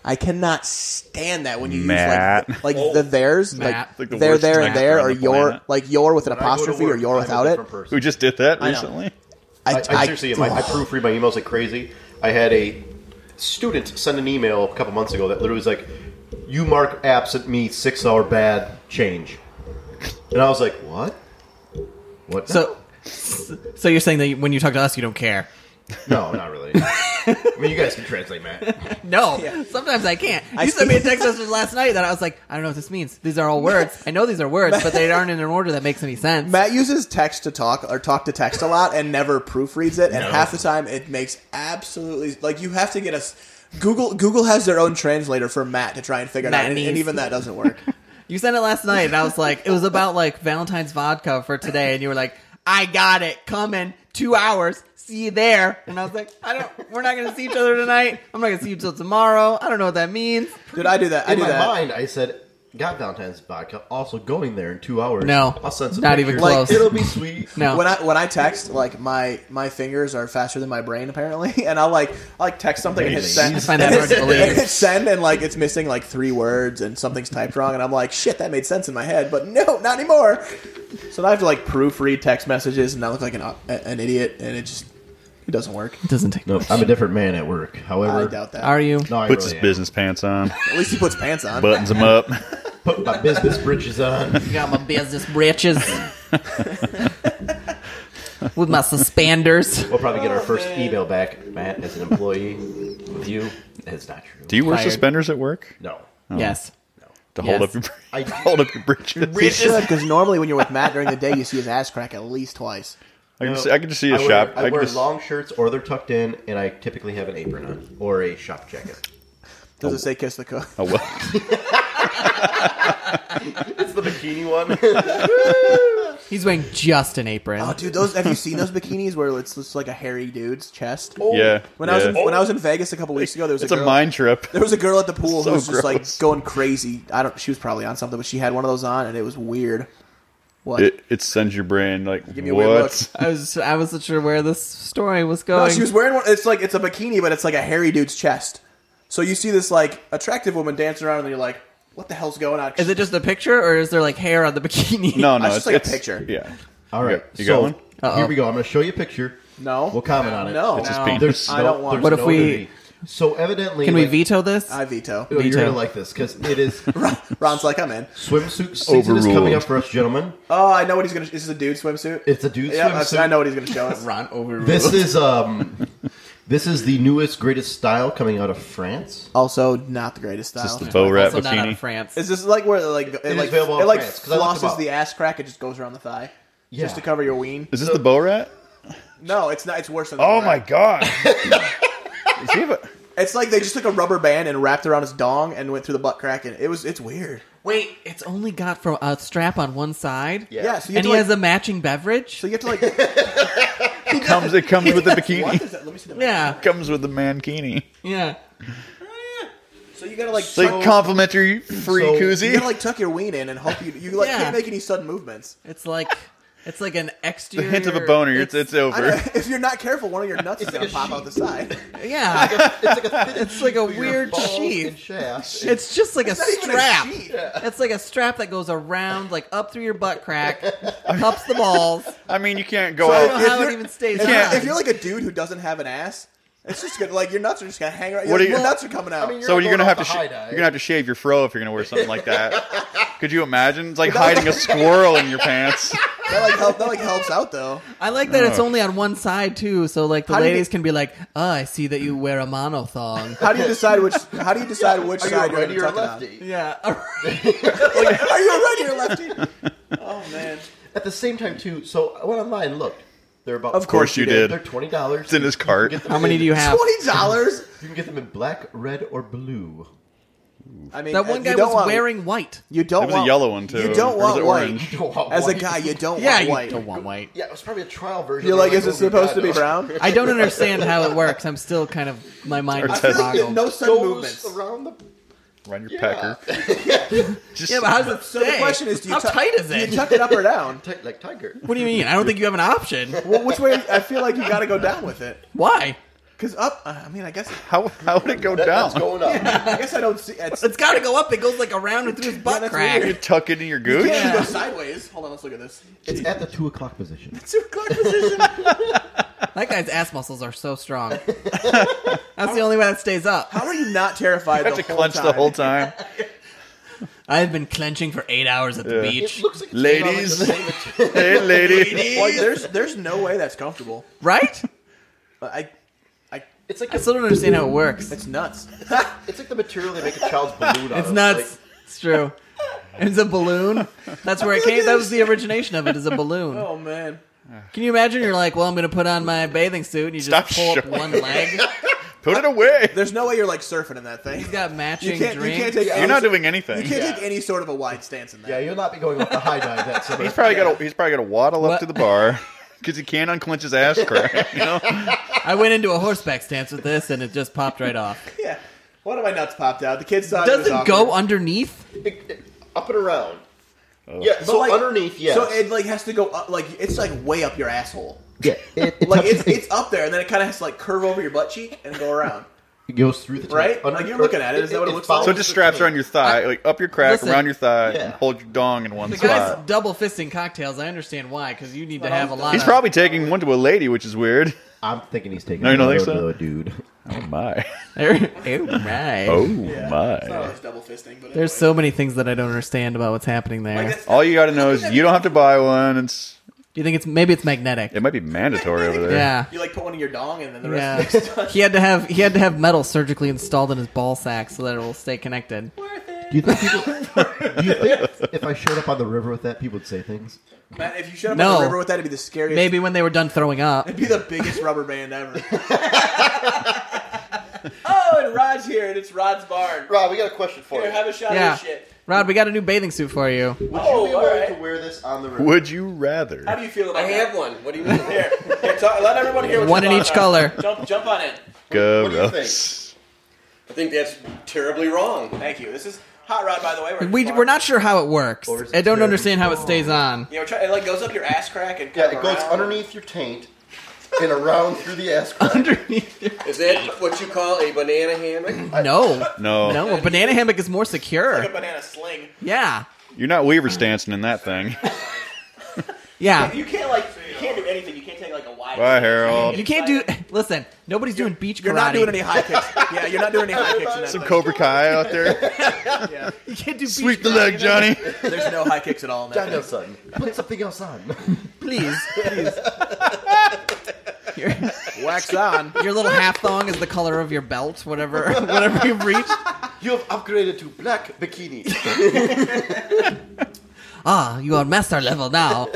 [SPEAKER 4] I cannot stand that when you
[SPEAKER 2] Matt.
[SPEAKER 4] use
[SPEAKER 3] Oh.
[SPEAKER 4] like the, like the theirs
[SPEAKER 1] Matt. It's
[SPEAKER 2] like
[SPEAKER 4] like,
[SPEAKER 2] the
[SPEAKER 4] there
[SPEAKER 2] worst
[SPEAKER 4] there
[SPEAKER 2] Matt
[SPEAKER 4] and there
[SPEAKER 2] on
[SPEAKER 4] or
[SPEAKER 2] the
[SPEAKER 4] your
[SPEAKER 2] planet.
[SPEAKER 4] like your with an
[SPEAKER 3] When I go to
[SPEAKER 4] apostrophe or
[SPEAKER 3] work,
[SPEAKER 4] your
[SPEAKER 3] I'm a
[SPEAKER 4] without it
[SPEAKER 3] different person.
[SPEAKER 2] Who just did that
[SPEAKER 4] know.
[SPEAKER 2] recently?
[SPEAKER 4] I,
[SPEAKER 3] I, I seriously, am.
[SPEAKER 4] [laughs]
[SPEAKER 3] I, I proofread my emails like crazy. I had a student send an email a couple months ago that literally was like, "You mark absent me six hour bad change," and I was like, "What? What?
[SPEAKER 1] So, so you're saying that when you talk to us, you don't care?
[SPEAKER 3] no, not really. I mean, you guys can translate, Matt.
[SPEAKER 1] No.
[SPEAKER 4] [laughs] Yeah.
[SPEAKER 1] Sometimes I can't. You sent me a text message last night that I was like, I don't know what this means. These are all words. I know these are words, but they aren't in an order that makes any sense.
[SPEAKER 4] [laughs] Matt uses text to talk or talk to text a lot and never proofreads it, and half the time it makes absolutely like you have to get us. Google Google has their own translator for Matt to try and figure it
[SPEAKER 1] Matt
[SPEAKER 4] out, and, and
[SPEAKER 1] needs-
[SPEAKER 4] even that
[SPEAKER 1] [laughs]
[SPEAKER 4] doesn't work.
[SPEAKER 1] You sent it last night, and I was like, it was about like Valentine's vodka for today, and you were like, I got it, coming two hours, see you there. And I was like, I don't, we're not gonna see each other tonight. I'm not gonna see you till tomorrow. I don't know what that means.
[SPEAKER 4] Dude, I do that. I
[SPEAKER 3] In
[SPEAKER 4] do
[SPEAKER 3] my
[SPEAKER 4] that.
[SPEAKER 3] mind, I said." Got Valentine's vodka. Also going there in two hours.
[SPEAKER 1] No,
[SPEAKER 3] I'll send some
[SPEAKER 1] not even
[SPEAKER 3] pictures.
[SPEAKER 1] close.
[SPEAKER 3] It'll be
[SPEAKER 1] [laughs]
[SPEAKER 3] sweet.
[SPEAKER 1] No,
[SPEAKER 4] When I when I text, like my my fingers are faster than my brain apparently, [laughs] and I will like I like text something and hit
[SPEAKER 3] Amazing.
[SPEAKER 4] send.
[SPEAKER 1] I
[SPEAKER 4] [laughs]
[SPEAKER 1] find that
[SPEAKER 4] and
[SPEAKER 1] hard to
[SPEAKER 4] hit-
[SPEAKER 1] believe.
[SPEAKER 4] and hit send, and like it's missing like three words, and something's typed wrong, and I'm like, shit, that made sense in my head, but no, not anymore. So I have to like proofread text messages, and I look like an o- a- an idiot, and it just it doesn't work.
[SPEAKER 1] it [laughs] doesn't take
[SPEAKER 3] No,
[SPEAKER 1] much.
[SPEAKER 3] I'm a different man at work. However,
[SPEAKER 4] I doubt that.
[SPEAKER 1] Are you?
[SPEAKER 3] No, I
[SPEAKER 2] Puts
[SPEAKER 3] really
[SPEAKER 2] his
[SPEAKER 3] am.
[SPEAKER 2] business pants
[SPEAKER 4] [laughs]
[SPEAKER 2] on,
[SPEAKER 4] At least he puts pants on.
[SPEAKER 2] buttons them up.
[SPEAKER 3] Put my business britches on.
[SPEAKER 1] I got my business britches with my suspenders.
[SPEAKER 3] We'll probably get
[SPEAKER 4] Oh,
[SPEAKER 3] our first email back, Matt, as an employee with you. That's not true.
[SPEAKER 2] Do you wear
[SPEAKER 1] Fired.
[SPEAKER 2] suspenders at work
[SPEAKER 3] No.
[SPEAKER 1] Yes.
[SPEAKER 2] to hold
[SPEAKER 1] Yes.
[SPEAKER 2] up your [laughs]
[SPEAKER 3] I-
[SPEAKER 2] hold up your britches? [laughs]
[SPEAKER 4] you should, [laughs] because normally when you're with Matt during the day, you see his ass crack at least twice.
[SPEAKER 2] I can, see, I can just see a
[SPEAKER 3] I wear,
[SPEAKER 2] shop.
[SPEAKER 3] I,
[SPEAKER 2] can
[SPEAKER 3] wear
[SPEAKER 2] just, [laughs]
[SPEAKER 3] long shirts, or they're tucked in, and I typically have an apron on or a shop jacket.
[SPEAKER 4] Does it say kiss the cook?
[SPEAKER 2] oh, well.
[SPEAKER 3] It's the bikini one.
[SPEAKER 1] He's wearing just an apron.
[SPEAKER 4] Oh, dude, those have you seen those bikinis where it's just like a hairy dude's chest?
[SPEAKER 3] Oh.
[SPEAKER 2] Yeah.
[SPEAKER 4] When I was
[SPEAKER 2] Oh, yeah.
[SPEAKER 4] in, when I was in Vegas a couple weeks ago, there was
[SPEAKER 2] it's
[SPEAKER 4] a
[SPEAKER 2] a
[SPEAKER 4] girl.
[SPEAKER 2] mind trip.
[SPEAKER 4] there was a girl at the pool
[SPEAKER 2] So
[SPEAKER 4] who was just
[SPEAKER 2] gross.
[SPEAKER 4] like going crazy. I don't. She was probably on something, but she had one of those on, and it was weird. What?
[SPEAKER 2] It, it sends your brain like
[SPEAKER 4] me a weird
[SPEAKER 2] what?
[SPEAKER 1] I was I wasn't sure where this story was
[SPEAKER 4] No,
[SPEAKER 1] going.
[SPEAKER 4] she was wearing one. It's like it's a bikini, but it's like a hairy dude's chest. So you see this like attractive woman dancing around, and you're like, "What the hell's going on?"
[SPEAKER 1] is it just a picture, or is there like hair on the bikini?
[SPEAKER 2] No, no, it's
[SPEAKER 4] That's just like a
[SPEAKER 2] it's-
[SPEAKER 4] picture.
[SPEAKER 2] Yeah.
[SPEAKER 3] [laughs] All right.
[SPEAKER 2] You got- you
[SPEAKER 3] so
[SPEAKER 2] got one?
[SPEAKER 1] Uh-oh.
[SPEAKER 3] Here we go. I'm going to show you a picture.
[SPEAKER 4] No.
[SPEAKER 3] We'll comment on it.
[SPEAKER 4] No.
[SPEAKER 3] It's just
[SPEAKER 1] No.
[SPEAKER 3] pain. There's
[SPEAKER 4] I
[SPEAKER 3] no-
[SPEAKER 4] don't
[SPEAKER 3] there's
[SPEAKER 4] want to.
[SPEAKER 1] What if
[SPEAKER 3] no
[SPEAKER 1] we-
[SPEAKER 3] nudity. So evidently,
[SPEAKER 1] Can we
[SPEAKER 3] like-
[SPEAKER 1] veto this?
[SPEAKER 4] I veto.
[SPEAKER 3] Oh, You're
[SPEAKER 1] veto?
[SPEAKER 3] gonna like this because it is
[SPEAKER 1] [laughs]
[SPEAKER 4] Ron's like, I'm in.
[SPEAKER 3] swimsuit season is coming
[SPEAKER 2] Overruled.
[SPEAKER 3] up for us, gentlemen.
[SPEAKER 4] Oh, I know what he's gonna. This is a dude swimsuit.
[SPEAKER 3] It's a dude's
[SPEAKER 4] yeah,
[SPEAKER 3] swimsuit.
[SPEAKER 4] I- I know what he's
[SPEAKER 3] [laughs]
[SPEAKER 4] gonna show us.
[SPEAKER 6] Ron overruled.
[SPEAKER 1] [laughs]
[SPEAKER 3] This
[SPEAKER 4] [laughs]
[SPEAKER 3] is um, this is the newest, greatest style coming out of France.
[SPEAKER 4] Also, not the greatest style.
[SPEAKER 2] Just the bow wrap
[SPEAKER 1] also not out of
[SPEAKER 2] bikini.
[SPEAKER 1] France.
[SPEAKER 4] Is this like where like it,
[SPEAKER 3] is
[SPEAKER 4] like
[SPEAKER 3] available
[SPEAKER 4] it
[SPEAKER 3] in
[SPEAKER 4] like
[SPEAKER 3] France, 'cause I looked them
[SPEAKER 4] flosses
[SPEAKER 3] up.
[SPEAKER 4] the ass crack? It just goes around the thigh,
[SPEAKER 3] Yeah.
[SPEAKER 4] just to cover your ween.
[SPEAKER 2] Is this the bow rat?
[SPEAKER 4] No, it's not. It's worse than.
[SPEAKER 2] Oh
[SPEAKER 4] that.
[SPEAKER 2] my [laughs] god! Does he have a-
[SPEAKER 4] It's like they just took a rubber band and wrapped around his dong and went through the butt crack, and it was it's weird.
[SPEAKER 1] Wait, it's only got from a strap on one side.
[SPEAKER 4] Yeah, so
[SPEAKER 1] And
[SPEAKER 4] you have to
[SPEAKER 1] he
[SPEAKER 4] like,
[SPEAKER 1] has a matching beverage.
[SPEAKER 4] so you have
[SPEAKER 1] [laughs]
[SPEAKER 4] to like
[SPEAKER 2] comes it comes with the
[SPEAKER 4] what
[SPEAKER 2] bikini.
[SPEAKER 4] is that? Let me see the
[SPEAKER 1] yeah,
[SPEAKER 2] comes with the mankini.
[SPEAKER 1] yeah.
[SPEAKER 4] So you gotta like
[SPEAKER 2] It's like
[SPEAKER 4] tuck-
[SPEAKER 2] complimentary free
[SPEAKER 3] so-
[SPEAKER 4] you
[SPEAKER 2] koozie.
[SPEAKER 4] gotta like tuck your ween in and hope you you like
[SPEAKER 1] Yeah.
[SPEAKER 4] can't make any sudden movements.
[SPEAKER 1] It's like it's like an
[SPEAKER 2] the
[SPEAKER 1] exterior
[SPEAKER 2] [laughs] hint of a boner. It's it's
[SPEAKER 4] I
[SPEAKER 2] over.
[SPEAKER 4] don't- [laughs] if you're not careful, one
[SPEAKER 1] [laughs]
[SPEAKER 4] of your nuts is gonna pop out the side.
[SPEAKER 1] yeah.
[SPEAKER 3] It's
[SPEAKER 1] [laughs]
[SPEAKER 3] like a, thin
[SPEAKER 1] It's like a
[SPEAKER 3] sheet for your
[SPEAKER 1] weird
[SPEAKER 3] balls
[SPEAKER 1] sheath.
[SPEAKER 3] and shaft.
[SPEAKER 1] It's just like a
[SPEAKER 4] not even a
[SPEAKER 1] strap.
[SPEAKER 4] sheet.
[SPEAKER 1] It's like a strap that goes around, like up through your butt
[SPEAKER 4] [laughs]
[SPEAKER 1] crack, cups the balls.
[SPEAKER 2] I mean, you can't go
[SPEAKER 4] So
[SPEAKER 1] I don't
[SPEAKER 2] out.
[SPEAKER 1] know
[SPEAKER 4] If
[SPEAKER 1] how
[SPEAKER 4] you're-
[SPEAKER 1] it even stays.
[SPEAKER 4] If,
[SPEAKER 1] on.
[SPEAKER 4] you're, if you're like a dude who doesn't have an ass, it's just gonna like your nuts are just gonna hang around.
[SPEAKER 2] What are
[SPEAKER 4] your
[SPEAKER 2] you-
[SPEAKER 4] nuts are coming out.
[SPEAKER 3] I
[SPEAKER 2] [laughs]
[SPEAKER 3] mean,
[SPEAKER 2] So you're gonna
[SPEAKER 3] going
[SPEAKER 2] have to
[SPEAKER 3] off
[SPEAKER 2] sh-
[SPEAKER 3] the
[SPEAKER 2] you're
[SPEAKER 3] high dive.
[SPEAKER 2] gonna have to shave your fro if you're gonna wear something like that. Could you imagine? It's like hiding a squirrel in your pants.
[SPEAKER 4] that like help, that
[SPEAKER 1] [laughs]
[SPEAKER 4] like helps out though.
[SPEAKER 1] I like that it's only on one side too, so like the
[SPEAKER 4] How do you
[SPEAKER 1] ladies
[SPEAKER 4] get-
[SPEAKER 1] can be like, "Oh, I see that you wear a mono thong."
[SPEAKER 4] How do you decide which? How do you decide [laughs] which
[SPEAKER 3] Are you
[SPEAKER 4] side
[SPEAKER 3] a
[SPEAKER 4] you're
[SPEAKER 3] righty or
[SPEAKER 4] gonna
[SPEAKER 3] a
[SPEAKER 4] tuck it
[SPEAKER 3] lefty?
[SPEAKER 4] on?
[SPEAKER 1] yeah,
[SPEAKER 4] [laughs] Are you a righty or a lefty?
[SPEAKER 1] [laughs]
[SPEAKER 4] Oh man.
[SPEAKER 3] At the same time, too. So I went online and looked. They're about
[SPEAKER 4] Of course
[SPEAKER 2] you did.
[SPEAKER 3] They're twenty dollars.
[SPEAKER 2] It's in his cart.
[SPEAKER 1] [laughs] how many do you have?
[SPEAKER 4] Twenty dollars.
[SPEAKER 3] You can get them in black, red, or blue.
[SPEAKER 4] I mean,
[SPEAKER 1] That
[SPEAKER 4] uh,
[SPEAKER 1] one
[SPEAKER 4] you
[SPEAKER 1] guy
[SPEAKER 4] don't
[SPEAKER 1] was
[SPEAKER 4] want-
[SPEAKER 1] wearing white.
[SPEAKER 4] You don't
[SPEAKER 2] There was a
[SPEAKER 4] want
[SPEAKER 2] yellow one, too.
[SPEAKER 4] You don't
[SPEAKER 2] Or was
[SPEAKER 4] want
[SPEAKER 2] it
[SPEAKER 4] white.
[SPEAKER 2] orange?
[SPEAKER 3] [laughs]
[SPEAKER 4] As a guy, you don't
[SPEAKER 1] Yeah,
[SPEAKER 4] want
[SPEAKER 1] you
[SPEAKER 4] white.
[SPEAKER 1] don't want white.
[SPEAKER 3] Yeah, it was probably a trial version.
[SPEAKER 4] You're
[SPEAKER 3] They're
[SPEAKER 4] like, is
[SPEAKER 3] oh,
[SPEAKER 4] it supposed
[SPEAKER 3] God,
[SPEAKER 4] to be
[SPEAKER 3] no. [laughs]
[SPEAKER 4] brown?
[SPEAKER 1] I don't understand how it works. I'm still kind of my mind is
[SPEAKER 2] Or
[SPEAKER 4] I feel like you
[SPEAKER 1] boggled.
[SPEAKER 4] no sudden movements.
[SPEAKER 3] Goes around the.
[SPEAKER 2] [laughs] Run your
[SPEAKER 3] Yeah.
[SPEAKER 2] pecker. Just
[SPEAKER 1] Yeah, but how does it
[SPEAKER 4] So the
[SPEAKER 1] stay?
[SPEAKER 4] question is, do you
[SPEAKER 1] how
[SPEAKER 4] tuck-
[SPEAKER 1] tight is
[SPEAKER 4] do you
[SPEAKER 1] it?
[SPEAKER 4] tuck it up
[SPEAKER 1] [laughs]
[SPEAKER 4] or down?
[SPEAKER 3] Ti- like
[SPEAKER 4] [laughs]
[SPEAKER 3] tiger.
[SPEAKER 1] what do you mean? I don't think you have an option.
[SPEAKER 4] Well, which way? I feel like you got to go down with it.
[SPEAKER 1] Why?
[SPEAKER 4] Cause up, uh, I mean, I guess,
[SPEAKER 2] how how would it go
[SPEAKER 3] That,
[SPEAKER 2] down?
[SPEAKER 3] that's going
[SPEAKER 4] [laughs]
[SPEAKER 3] up.
[SPEAKER 4] I guess I don't see. It's,
[SPEAKER 1] It's got to go up. It goes like around and through his butt
[SPEAKER 4] that's
[SPEAKER 1] crack.
[SPEAKER 2] you
[SPEAKER 4] weird.
[SPEAKER 2] tuck it in your
[SPEAKER 4] you
[SPEAKER 2] gooch.
[SPEAKER 4] can't
[SPEAKER 1] Yeah.
[SPEAKER 4] go sideways. Hold on, let's look at this.
[SPEAKER 3] It's at the two o'clock position.
[SPEAKER 4] It's a clock position.
[SPEAKER 1] That guy's ass muscles are so strong. That's the only way that stays up.
[SPEAKER 4] How are you not terrified?
[SPEAKER 2] You have
[SPEAKER 4] the
[SPEAKER 2] to
[SPEAKER 4] whole
[SPEAKER 2] clench
[SPEAKER 4] time?
[SPEAKER 2] the whole time.
[SPEAKER 1] I've been clenching for eight hours at the
[SPEAKER 2] Yeah.
[SPEAKER 1] beach.
[SPEAKER 3] It looks like it's
[SPEAKER 2] Ladies.
[SPEAKER 3] made out of, like, the same
[SPEAKER 2] hey,
[SPEAKER 3] material.
[SPEAKER 2] lady.
[SPEAKER 4] [laughs] Like, there's, there's no way that's comfortable.
[SPEAKER 1] Right?
[SPEAKER 4] But I, I,
[SPEAKER 3] It's like
[SPEAKER 1] I
[SPEAKER 3] a-
[SPEAKER 1] still don't understand how it works.
[SPEAKER 4] it's nuts.
[SPEAKER 3] It's like the material they make a child's balloon out of.
[SPEAKER 1] It's nuts.
[SPEAKER 3] Like,
[SPEAKER 1] it's true. It's a balloon. That's where it came. That was the origination of it. Is a balloon.
[SPEAKER 4] Oh man,
[SPEAKER 1] Can you imagine? You're like, well, I'm going to put on my bathing suit, and you just
[SPEAKER 2] Stop
[SPEAKER 1] pull up
[SPEAKER 2] showing.
[SPEAKER 1] one
[SPEAKER 2] [laughs]
[SPEAKER 1] leg.
[SPEAKER 2] Put it away.
[SPEAKER 4] there's no way you're like surfing in that thing.
[SPEAKER 1] He's got matching
[SPEAKER 4] [laughs] You can't, you
[SPEAKER 1] drinks.
[SPEAKER 4] can't take.
[SPEAKER 2] You're
[SPEAKER 4] any
[SPEAKER 2] not
[SPEAKER 4] sort-
[SPEAKER 2] doing
[SPEAKER 4] You
[SPEAKER 2] anything.
[SPEAKER 4] can't
[SPEAKER 3] Yeah.
[SPEAKER 4] take any sort of a wide stance in that.
[SPEAKER 3] yeah, you'll not be going off the high dive that summer.
[SPEAKER 2] He's probably got. A, he's probably got to waddle
[SPEAKER 1] What?
[SPEAKER 2] up to the bar [laughs] because he can't unclench his ass
[SPEAKER 1] [laughs]
[SPEAKER 2] crack. You know.
[SPEAKER 1] I went into a horseback stance with this, and it just popped right off.
[SPEAKER 4] Yeah. One of my nuts popped out. The kids thought
[SPEAKER 1] Does
[SPEAKER 4] it was
[SPEAKER 1] it go
[SPEAKER 4] awkward.
[SPEAKER 1] underneath?
[SPEAKER 3] It- it- up and around.
[SPEAKER 2] Oh.
[SPEAKER 3] Yeah, so,
[SPEAKER 4] like-
[SPEAKER 3] underneath, yes.
[SPEAKER 4] So it like has to go up. Like it's like way up your asshole.
[SPEAKER 3] yeah, it, it
[SPEAKER 4] Like
[SPEAKER 3] touches-
[SPEAKER 4] it's it's up there, and then it kind of has to like curve over your butt cheek and go around.
[SPEAKER 3] it goes through the top,
[SPEAKER 4] Right? Like, you're looking at it, is that what it looks like?
[SPEAKER 2] So it just straps around your thigh, like up your crack,
[SPEAKER 1] Listen.
[SPEAKER 2] around your thigh,
[SPEAKER 3] Yeah.
[SPEAKER 2] and hold your dong in one
[SPEAKER 1] The
[SPEAKER 2] spot.
[SPEAKER 1] guy's double fisting cocktails. I understand why, because you need to have a lot. [laughs]
[SPEAKER 2] He's
[SPEAKER 1] of,
[SPEAKER 2] probably taking one to a lady, which is weird.
[SPEAKER 3] I'm thinking he's taking.
[SPEAKER 2] No, you don't think
[SPEAKER 3] photo
[SPEAKER 2] so?
[SPEAKER 3] of a dude.
[SPEAKER 2] Oh my!
[SPEAKER 1] oh right.
[SPEAKER 2] [laughs] Oh
[SPEAKER 4] It's not always double fisting, but
[SPEAKER 1] There's so many things that I don't understand about what's happening there.
[SPEAKER 4] anyway.
[SPEAKER 1] Do
[SPEAKER 4] Like, that's-
[SPEAKER 2] All you got to know is you don't have to buy one. It's
[SPEAKER 1] you think it's maybe it's magnetic?
[SPEAKER 2] it might be mandatory over there.
[SPEAKER 1] Yeah.
[SPEAKER 4] You like put one in your dong, and then the
[SPEAKER 1] Yeah.
[SPEAKER 4] rest. Of
[SPEAKER 1] He had to have he had to have metal surgically installed in his ball sack so that it will stay connected.
[SPEAKER 3] Do you think [laughs] people? do you think if I showed up on the river with that, people would say things?
[SPEAKER 4] the, Matt, if you showed up
[SPEAKER 1] No.
[SPEAKER 4] on the river with that, it'd be the scariest.
[SPEAKER 1] Maybe when they were done throwing up.
[SPEAKER 4] it'd be the biggest rubber band ever. [laughs] oh, and Rod's here, and it's Rod's barn.
[SPEAKER 3] Rob, we got a question for
[SPEAKER 4] Here, have a shot
[SPEAKER 1] Yeah.
[SPEAKER 4] of this shit.
[SPEAKER 1] Rod, we got a new bathing suit for you.
[SPEAKER 3] Would
[SPEAKER 4] Oh,
[SPEAKER 3] you be willing
[SPEAKER 4] alright.
[SPEAKER 3] to wear this on the river?
[SPEAKER 2] Would you
[SPEAKER 4] How
[SPEAKER 2] rather?
[SPEAKER 4] do you feel
[SPEAKER 5] I
[SPEAKER 4] about
[SPEAKER 5] have one. What
[SPEAKER 4] [laughs]
[SPEAKER 5] do you mean?
[SPEAKER 4] that? Here, here talk, let everyone hear. What
[SPEAKER 1] One
[SPEAKER 4] your
[SPEAKER 1] in
[SPEAKER 4] thoughts
[SPEAKER 1] each
[SPEAKER 4] are.
[SPEAKER 1] color.
[SPEAKER 4] Jump, jump on it.
[SPEAKER 3] What do you think?
[SPEAKER 2] Gross.
[SPEAKER 5] I think that's terribly wrong.
[SPEAKER 4] Thank you. This is hot rod, by the way.
[SPEAKER 1] We
[SPEAKER 4] far-
[SPEAKER 1] we're not sure how it works.
[SPEAKER 3] Or is it
[SPEAKER 1] I don't
[SPEAKER 3] very
[SPEAKER 1] understand how it stays on.
[SPEAKER 4] You know, try, it like goes up your ass crack and
[SPEAKER 3] Yeah, it
[SPEAKER 4] curve
[SPEAKER 3] goes
[SPEAKER 4] around.
[SPEAKER 3] underneath your taint and around through the ass crack.
[SPEAKER 1] Underneath your-
[SPEAKER 5] Is that what you call a banana hammock?
[SPEAKER 1] No.
[SPEAKER 2] No.
[SPEAKER 1] No, a banana hammock is more
[SPEAKER 4] [laughs] Like a
[SPEAKER 1] secure.
[SPEAKER 4] banana sling.
[SPEAKER 1] Yeah.
[SPEAKER 2] You're
[SPEAKER 1] [laughs]
[SPEAKER 2] not Weaver stancing in that thing.
[SPEAKER 1] Yeah.
[SPEAKER 4] You can't like you can't do anything. You can't take like a
[SPEAKER 2] Bye, Harold.
[SPEAKER 1] You can't do. Listen, nobody's doing beach karate.
[SPEAKER 4] You're not doing any high kicks. Yeah, you're not doing any high kicks. In that
[SPEAKER 2] Some
[SPEAKER 4] [laughs] thing.
[SPEAKER 2] Cobra Kai
[SPEAKER 1] [laughs]
[SPEAKER 2] out there.
[SPEAKER 4] Yeah.
[SPEAKER 1] You can't do beach
[SPEAKER 2] Sweep the
[SPEAKER 1] karate.
[SPEAKER 2] leg, Johnny.
[SPEAKER 4] There's no high kicks at all. In that
[SPEAKER 3] John
[SPEAKER 4] thing.
[SPEAKER 3] Nelson, put something else on.
[SPEAKER 1] Please, please. Your,
[SPEAKER 4] Wax on.
[SPEAKER 1] your little half thong is the color of your belt, whatever,
[SPEAKER 4] [laughs]
[SPEAKER 1] whatever you've reached.
[SPEAKER 3] You have upgraded to black [laughs] bikini.
[SPEAKER 1] Ah, you are master level now.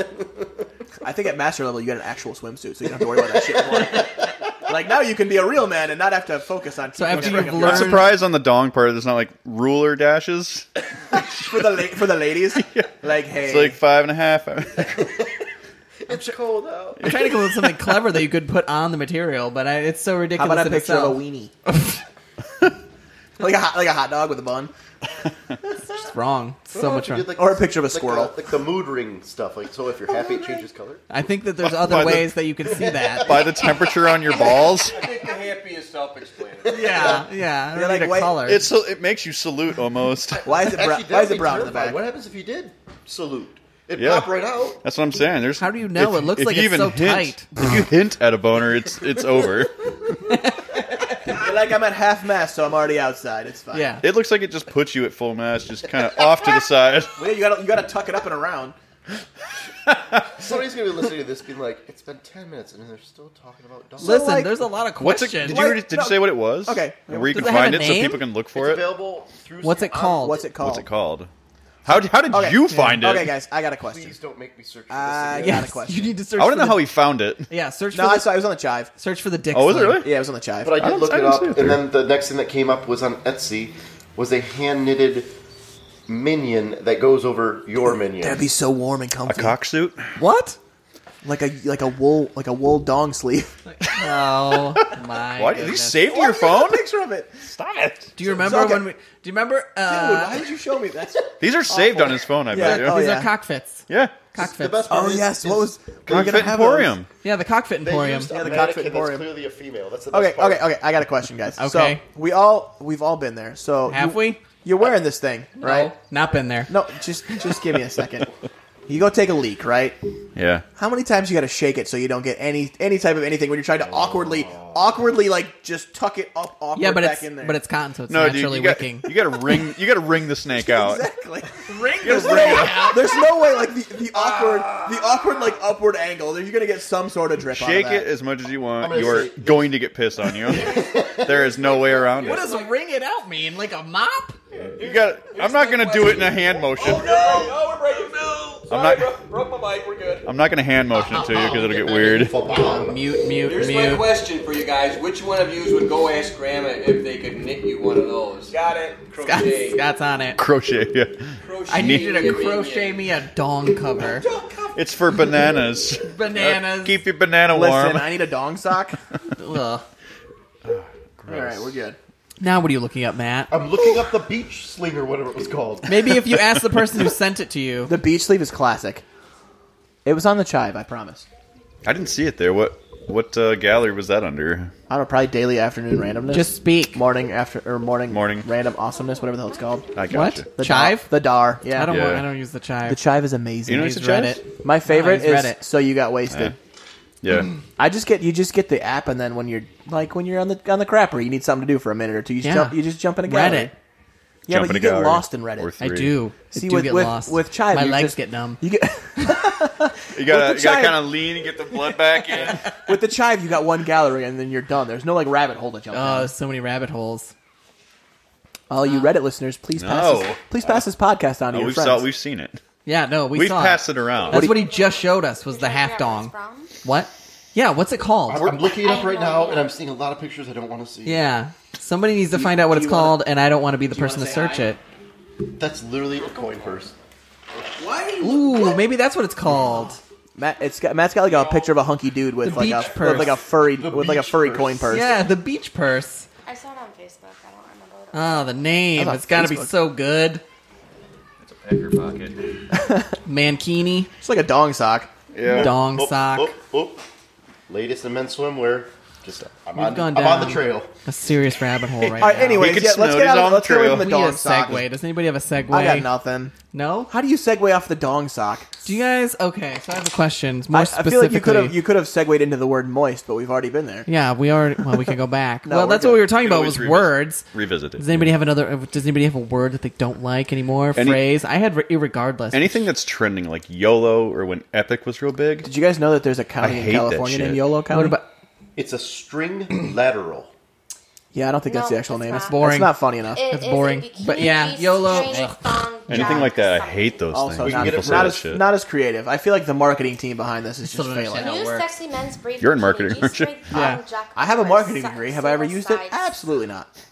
[SPEAKER 4] I think at master level you get an actual swimsuit, so you don't have to worry about that shit anymore. like now you can be a real man and not have to focus on.
[SPEAKER 1] So after
[SPEAKER 4] keeping
[SPEAKER 1] you've
[SPEAKER 4] track of-
[SPEAKER 2] I'm
[SPEAKER 1] learned-
[SPEAKER 2] surprised on the dong part. There's not like ruler dashes.
[SPEAKER 4] for the la- for
[SPEAKER 1] [laughs]
[SPEAKER 4] the ladies, like hey,
[SPEAKER 2] It's like five and a half. [laughs]
[SPEAKER 3] it's cold out.
[SPEAKER 1] I'm trying to come up with something clever that you could put on the material, but I, it's so
[SPEAKER 4] how
[SPEAKER 1] ridiculous.
[SPEAKER 4] about a
[SPEAKER 1] in
[SPEAKER 4] picture of
[SPEAKER 1] itself.
[SPEAKER 4] a weenie?
[SPEAKER 1] [laughs]
[SPEAKER 4] like a hot, like a hot dog with a bun,
[SPEAKER 1] It's wrong. It's so much wrong.
[SPEAKER 4] or a picture of a
[SPEAKER 3] Like,
[SPEAKER 4] squirrel.
[SPEAKER 3] the, like the mood ring stuff. Like so, if you're happy, it changes color.
[SPEAKER 1] I think that there's
[SPEAKER 2] By-
[SPEAKER 1] other
[SPEAKER 2] by the-
[SPEAKER 1] ways that you can see that.
[SPEAKER 2] By the temperature on your
[SPEAKER 1] [laughs]
[SPEAKER 2] balls,
[SPEAKER 5] I think the happy is self-explanatory.
[SPEAKER 1] Yeah, yeah. I don't
[SPEAKER 4] You're like,
[SPEAKER 1] need a
[SPEAKER 4] why-
[SPEAKER 1] color.
[SPEAKER 2] it's so- it makes you salute almost.
[SPEAKER 4] Why is it
[SPEAKER 3] Actually, that
[SPEAKER 4] bro- why is
[SPEAKER 3] would
[SPEAKER 4] it
[SPEAKER 3] be
[SPEAKER 4] brown in the
[SPEAKER 3] terrifying.
[SPEAKER 4] back?
[SPEAKER 3] What happens if you did salute? It
[SPEAKER 2] Yeah.
[SPEAKER 3] pop right out.
[SPEAKER 2] That's what I'm saying. There's
[SPEAKER 1] How do you know? It looks like
[SPEAKER 2] you
[SPEAKER 1] it's so
[SPEAKER 2] hint,
[SPEAKER 1] tight.
[SPEAKER 2] [laughs] If you hint at a boner, it's it's over.
[SPEAKER 4] You're like I'm at half mast, so I'm already outside. It's fine.
[SPEAKER 1] yeah.
[SPEAKER 2] It looks like it just puts you at full mass, just
[SPEAKER 1] [laughs]
[SPEAKER 2] kind of off to the side.
[SPEAKER 4] Well, you gotta you gotta tuck it up and around.
[SPEAKER 3] Somebody's gonna be listening to this, being like, "It's been ten minutes, and they're still talking about dogs."
[SPEAKER 1] Listen,
[SPEAKER 4] like-
[SPEAKER 1] there's a lot of
[SPEAKER 2] What's it?
[SPEAKER 1] questions.
[SPEAKER 2] Did you
[SPEAKER 4] Why-
[SPEAKER 2] already, did you
[SPEAKER 4] no.
[SPEAKER 2] say what it was?
[SPEAKER 4] Okay.
[SPEAKER 2] And where you
[SPEAKER 1] Does
[SPEAKER 2] can
[SPEAKER 1] it have
[SPEAKER 2] find
[SPEAKER 1] a
[SPEAKER 2] it so
[SPEAKER 1] name?
[SPEAKER 2] people can look for
[SPEAKER 3] it's
[SPEAKER 2] it.
[SPEAKER 3] available through.
[SPEAKER 1] What's
[SPEAKER 3] some
[SPEAKER 1] it called?
[SPEAKER 4] What's it called?
[SPEAKER 2] What's it called? How how did you find it?
[SPEAKER 4] Okay, guys, I got a
[SPEAKER 3] online-
[SPEAKER 4] question.
[SPEAKER 3] Please don't make me search. For
[SPEAKER 4] Uh,
[SPEAKER 3] this
[SPEAKER 4] yeah.
[SPEAKER 3] again.
[SPEAKER 4] Not a question.
[SPEAKER 1] You need to search.
[SPEAKER 2] I want
[SPEAKER 1] for
[SPEAKER 2] to know
[SPEAKER 1] the-
[SPEAKER 2] how he found it.
[SPEAKER 1] Yeah, search
[SPEAKER 4] No,
[SPEAKER 1] for
[SPEAKER 4] I
[SPEAKER 1] the,
[SPEAKER 4] saw I was on the chive.
[SPEAKER 1] search for the dick.
[SPEAKER 2] Oh, was it
[SPEAKER 1] sling.
[SPEAKER 2] really?
[SPEAKER 4] Yeah, I was on the chive.
[SPEAKER 3] But I did
[SPEAKER 2] I don't-
[SPEAKER 3] look
[SPEAKER 2] I
[SPEAKER 3] it
[SPEAKER 2] don't
[SPEAKER 3] up,
[SPEAKER 2] see it
[SPEAKER 3] and
[SPEAKER 2] there.
[SPEAKER 3] then the next thing that came up was on Etsy was a hand knitted minion that goes over your minion.
[SPEAKER 4] That'd be so warm and
[SPEAKER 2] A
[SPEAKER 4] comfy.
[SPEAKER 2] cock suit?
[SPEAKER 1] What?
[SPEAKER 4] Like a like a wool like a wool dong
[SPEAKER 1] [laughs]
[SPEAKER 4] sleeve.
[SPEAKER 1] Oh my!
[SPEAKER 2] Why did you
[SPEAKER 1] goodness.
[SPEAKER 2] save to
[SPEAKER 1] [laughs]
[SPEAKER 2] your phone?
[SPEAKER 4] picture of it.
[SPEAKER 2] Stop it!
[SPEAKER 1] Do you remember
[SPEAKER 4] okay.
[SPEAKER 1] when we? Do you remember?
[SPEAKER 4] Dude,
[SPEAKER 1] Uh,
[SPEAKER 4] why did you show me
[SPEAKER 1] [laughs]
[SPEAKER 4] that?
[SPEAKER 2] These are saved on his phone. I bet.
[SPEAKER 4] Oh,
[SPEAKER 2] you.
[SPEAKER 1] these
[SPEAKER 4] yeah.
[SPEAKER 1] are cockfits.
[SPEAKER 2] Yeah.
[SPEAKER 1] Cockfits.
[SPEAKER 3] The best
[SPEAKER 4] Oh
[SPEAKER 3] part is-
[SPEAKER 4] yes,
[SPEAKER 3] is
[SPEAKER 4] what was?
[SPEAKER 2] Cockfit Emporium.
[SPEAKER 1] yeah, the cockfit
[SPEAKER 3] They
[SPEAKER 1] emporium.
[SPEAKER 3] used
[SPEAKER 4] Yeah,
[SPEAKER 3] a
[SPEAKER 4] the
[SPEAKER 3] mannequin
[SPEAKER 4] cockpit
[SPEAKER 3] that's
[SPEAKER 4] emporium.
[SPEAKER 3] clearly a female. That's the
[SPEAKER 4] Okay,
[SPEAKER 3] best part.
[SPEAKER 4] okay, okay. I got a question, guys.
[SPEAKER 1] Okay.
[SPEAKER 4] So we all we've all been there. So
[SPEAKER 1] Have
[SPEAKER 4] you,
[SPEAKER 1] we?
[SPEAKER 4] You're wearing this thing, right?
[SPEAKER 1] No, not been there.
[SPEAKER 4] No, just just give me
[SPEAKER 1] [laughs]
[SPEAKER 4] a second. You go take a leak, right?
[SPEAKER 2] Yeah.
[SPEAKER 4] How many times you got to shake it so you don't get any any type of anything when you're trying to awkwardly awkwardly like just tuck it up awkward
[SPEAKER 1] Yeah, but
[SPEAKER 4] back
[SPEAKER 1] it's
[SPEAKER 4] in there.
[SPEAKER 1] but it's cotton, so it's
[SPEAKER 2] No, dude,
[SPEAKER 1] naturally
[SPEAKER 2] you got,
[SPEAKER 1] wicking.
[SPEAKER 2] you got to wring. You got to wring the
[SPEAKER 4] [laughs]
[SPEAKER 2] snake out.
[SPEAKER 4] exactly.
[SPEAKER 2] You
[SPEAKER 4] There's
[SPEAKER 2] gotta wring it
[SPEAKER 4] no,
[SPEAKER 2] out.
[SPEAKER 4] there's no way like the, the awkward
[SPEAKER 1] Ah.
[SPEAKER 4] the awkward like upward angle. You're gonna get some sort of drip.
[SPEAKER 2] Shake
[SPEAKER 4] out of
[SPEAKER 2] it as much as you want.
[SPEAKER 3] gonna
[SPEAKER 2] You're
[SPEAKER 3] say-
[SPEAKER 2] going to get pissed on
[SPEAKER 4] [laughs]
[SPEAKER 2] you. there is no way around
[SPEAKER 1] What
[SPEAKER 2] it.
[SPEAKER 1] does wring it out mean? Like a mop?
[SPEAKER 2] You got. I'm not going to do it in a hand motion.
[SPEAKER 5] Oh, we're breaking. No,
[SPEAKER 2] Sorry,
[SPEAKER 5] sorry, broke my mic. We're good.
[SPEAKER 2] I'm not going to hand motion it to you
[SPEAKER 1] Oh,
[SPEAKER 2] because it'll get
[SPEAKER 4] [laughs]
[SPEAKER 2] weird.
[SPEAKER 1] Mute, mute,
[SPEAKER 5] Here's my
[SPEAKER 1] mute.
[SPEAKER 5] question for you guys: Which one of you would go ask Grandma if they could knit you one of those?
[SPEAKER 4] Got it.
[SPEAKER 1] Scott's,
[SPEAKER 5] Crochet.
[SPEAKER 1] Scott's on it.
[SPEAKER 2] Crochet. Yeah.
[SPEAKER 5] Crochet
[SPEAKER 1] I need you to
[SPEAKER 5] knitting.
[SPEAKER 1] crochet me a dong cover.
[SPEAKER 2] It's for bananas.
[SPEAKER 4] [laughs]
[SPEAKER 1] Bananas.
[SPEAKER 2] [laughs] Keep your banana warm.
[SPEAKER 4] Listen, I need a
[SPEAKER 1] [laughs]
[SPEAKER 4] dong sock.
[SPEAKER 1] Ugh.
[SPEAKER 4] All right, we're good.
[SPEAKER 1] Now what are you looking up, Matt?
[SPEAKER 3] I'm looking up the beach sling or whatever it was called.
[SPEAKER 1] Maybe if you ask the person who sent it to you.
[SPEAKER 4] The beach sleeve is classic. It was on the chive, I promise.
[SPEAKER 2] I didn't see it there. What what uh, gallery was that under?
[SPEAKER 4] I don't know, probably daily afternoon randomness.
[SPEAKER 1] Just speak.
[SPEAKER 4] morning after or morning
[SPEAKER 2] Morning.
[SPEAKER 4] random awesomeness, whatever the hell it's called.
[SPEAKER 2] I
[SPEAKER 1] What?
[SPEAKER 2] gotcha.
[SPEAKER 4] The
[SPEAKER 1] chive?
[SPEAKER 4] dar, the dar. Yeah,
[SPEAKER 1] I don't.
[SPEAKER 2] Yeah.
[SPEAKER 1] Want, I don't use the chive.
[SPEAKER 4] the chive is
[SPEAKER 2] You
[SPEAKER 4] amazing.
[SPEAKER 2] know
[SPEAKER 1] I use
[SPEAKER 2] it's a chive?
[SPEAKER 1] Reddit.
[SPEAKER 4] My favorite
[SPEAKER 1] No, I
[SPEAKER 4] is
[SPEAKER 1] use Reddit.
[SPEAKER 4] so you got wasted. [clears throat]
[SPEAKER 2] Yeah.
[SPEAKER 4] I just get you just get the app, and then when you're like when you're on the on the crapper, you need something to do for a minute or two. You just
[SPEAKER 1] Yeah.
[SPEAKER 4] jump, you just jump in a gallery.
[SPEAKER 1] Reddit.
[SPEAKER 4] Yeah,
[SPEAKER 2] Jump
[SPEAKER 4] but
[SPEAKER 2] in
[SPEAKER 4] you
[SPEAKER 2] a
[SPEAKER 4] get
[SPEAKER 2] gallery.
[SPEAKER 4] lost in Reddit.
[SPEAKER 2] Or
[SPEAKER 1] I
[SPEAKER 2] three.
[SPEAKER 1] do. I do
[SPEAKER 4] with
[SPEAKER 1] get
[SPEAKER 4] with,
[SPEAKER 1] lost.
[SPEAKER 4] with chive,
[SPEAKER 1] my
[SPEAKER 4] you
[SPEAKER 1] legs
[SPEAKER 4] just-
[SPEAKER 1] get numb.
[SPEAKER 4] You get [laughs]
[SPEAKER 2] You gotta,
[SPEAKER 4] With the
[SPEAKER 2] you gotta
[SPEAKER 4] chive.
[SPEAKER 2] kind of lean and get the blood back [laughs] in.
[SPEAKER 4] with the chive, you got one gallery, and then you're done. There's no like rabbit hole to jump.
[SPEAKER 1] Oh,
[SPEAKER 4] down.
[SPEAKER 1] there's so many rabbit holes.
[SPEAKER 4] All
[SPEAKER 1] uh,
[SPEAKER 4] you Reddit listeners, please pass
[SPEAKER 2] No.
[SPEAKER 4] this, please pass this podcast on to
[SPEAKER 2] Oh,
[SPEAKER 4] your
[SPEAKER 2] we've
[SPEAKER 4] friends.
[SPEAKER 2] saw, we've seen it.
[SPEAKER 1] Yeah, no, we
[SPEAKER 2] We've
[SPEAKER 1] saw.
[SPEAKER 2] passed
[SPEAKER 1] it.
[SPEAKER 2] it around.
[SPEAKER 1] That's what he just showed us was the half dong. What? Yeah, what's it called?
[SPEAKER 3] I'm looking it up right now, and I'm seeing a lot of pictures I don't want to see.
[SPEAKER 1] Yeah, somebody needs to find out what
[SPEAKER 4] do
[SPEAKER 1] it's
[SPEAKER 4] you wanna-
[SPEAKER 1] called, and I don't want to be the
[SPEAKER 4] you
[SPEAKER 1] person to
[SPEAKER 4] wanna
[SPEAKER 1] search
[SPEAKER 4] say
[SPEAKER 1] it.
[SPEAKER 3] That's literally a coin purse.
[SPEAKER 1] Ooh, maybe that's what it's called.
[SPEAKER 4] Matt, it's got, Matt's got like a picture of a hunky dude with
[SPEAKER 1] The
[SPEAKER 4] like
[SPEAKER 1] beach
[SPEAKER 4] a
[SPEAKER 1] purse.
[SPEAKER 4] with like a furry
[SPEAKER 3] The
[SPEAKER 4] with like a
[SPEAKER 3] beach
[SPEAKER 4] furry
[SPEAKER 3] purse.
[SPEAKER 4] coin purse.
[SPEAKER 1] Yeah, the beach purse.
[SPEAKER 6] I saw it on Facebook. I don't remember what it was.
[SPEAKER 1] Oh, the name.
[SPEAKER 4] That's on
[SPEAKER 1] It's got to be
[SPEAKER 4] Facebook.
[SPEAKER 1] so good.
[SPEAKER 2] Your pocket.
[SPEAKER 1] Mankini.
[SPEAKER 4] It's like a dong sock.
[SPEAKER 2] Yeah.
[SPEAKER 1] Dong sock.
[SPEAKER 3] Oh, oh. Latest in men's swimwear. Just
[SPEAKER 2] Just
[SPEAKER 3] I'm,
[SPEAKER 1] We've
[SPEAKER 3] on,
[SPEAKER 1] gone
[SPEAKER 3] I'm on the
[SPEAKER 1] down.
[SPEAKER 3] trail.
[SPEAKER 1] a serious rabbit hole right
[SPEAKER 4] All right.
[SPEAKER 1] now.
[SPEAKER 4] Anyways,
[SPEAKER 2] could
[SPEAKER 4] yeah, let's
[SPEAKER 2] snow
[SPEAKER 4] get out.
[SPEAKER 2] it
[SPEAKER 4] Of,
[SPEAKER 2] on
[SPEAKER 4] let's get away
[SPEAKER 2] trail.
[SPEAKER 4] from the
[SPEAKER 1] We need a
[SPEAKER 4] dong sock.
[SPEAKER 1] segue. Does anybody have a segue?
[SPEAKER 4] I got nothing.
[SPEAKER 1] No.
[SPEAKER 4] How do you segue off the dong sock?
[SPEAKER 1] Do you guys? Okay, so I have a question. More
[SPEAKER 4] I, I
[SPEAKER 1] specifically,
[SPEAKER 4] feel like you could have you could have segued into the word moist, but we've already been there.
[SPEAKER 1] yeah, we are. Well, we can go back.
[SPEAKER 4] [laughs] No,
[SPEAKER 1] well,
[SPEAKER 4] we're
[SPEAKER 1] that's
[SPEAKER 4] good.
[SPEAKER 1] what we were talking about
[SPEAKER 2] always
[SPEAKER 1] was
[SPEAKER 2] revisit-
[SPEAKER 1] words.
[SPEAKER 2] revisit it.
[SPEAKER 1] Does anybody have another? Does anybody have a word that they don't like anymore?
[SPEAKER 2] Any-
[SPEAKER 1] Phrase? I had re- irregardless.
[SPEAKER 2] Anything that's trending, like YOLO or when Epic was real big.
[SPEAKER 4] Did you guys know that there's a
[SPEAKER 2] I
[SPEAKER 4] county in
[SPEAKER 2] hate that
[SPEAKER 4] California named
[SPEAKER 2] shit.
[SPEAKER 4] Yolo County?
[SPEAKER 1] What about?
[SPEAKER 3] It's
[SPEAKER 1] [clears throat]
[SPEAKER 3] a string lateral.
[SPEAKER 4] yeah, I don't think that's
[SPEAKER 6] No,
[SPEAKER 4] the actual
[SPEAKER 6] it's
[SPEAKER 4] name.
[SPEAKER 6] not.
[SPEAKER 4] It's
[SPEAKER 1] Boring.
[SPEAKER 4] not funny enough.
[SPEAKER 6] It
[SPEAKER 1] That's
[SPEAKER 6] is
[SPEAKER 1] boring.
[SPEAKER 6] a
[SPEAKER 1] But
[SPEAKER 6] bikini
[SPEAKER 1] yeah, YOLO.
[SPEAKER 6] string
[SPEAKER 1] Ugh.
[SPEAKER 6] thong
[SPEAKER 2] Anything
[SPEAKER 6] jock
[SPEAKER 2] like that. I
[SPEAKER 6] something.
[SPEAKER 2] hate those
[SPEAKER 4] also,
[SPEAKER 2] things.
[SPEAKER 3] can
[SPEAKER 4] not,
[SPEAKER 3] get
[SPEAKER 2] People
[SPEAKER 3] it
[SPEAKER 2] say
[SPEAKER 3] for
[SPEAKER 4] not,
[SPEAKER 2] that
[SPEAKER 4] as,
[SPEAKER 2] shit.
[SPEAKER 4] not as creative. I feel like the marketing team behind this is
[SPEAKER 1] Still
[SPEAKER 4] just
[SPEAKER 1] don't
[SPEAKER 4] failing.
[SPEAKER 1] understand
[SPEAKER 6] New
[SPEAKER 1] it works.
[SPEAKER 6] sexy men's brief
[SPEAKER 2] You're in
[SPEAKER 6] bikini
[SPEAKER 2] marketing,
[SPEAKER 6] string
[SPEAKER 2] aren't you?
[SPEAKER 1] [laughs]
[SPEAKER 6] thong
[SPEAKER 1] Yeah.
[SPEAKER 6] jock
[SPEAKER 4] I have a
[SPEAKER 6] offers
[SPEAKER 4] marketing
[SPEAKER 6] sex
[SPEAKER 4] degree. Have I ever
[SPEAKER 6] single
[SPEAKER 4] used it?
[SPEAKER 6] sides.
[SPEAKER 4] Absolutely not.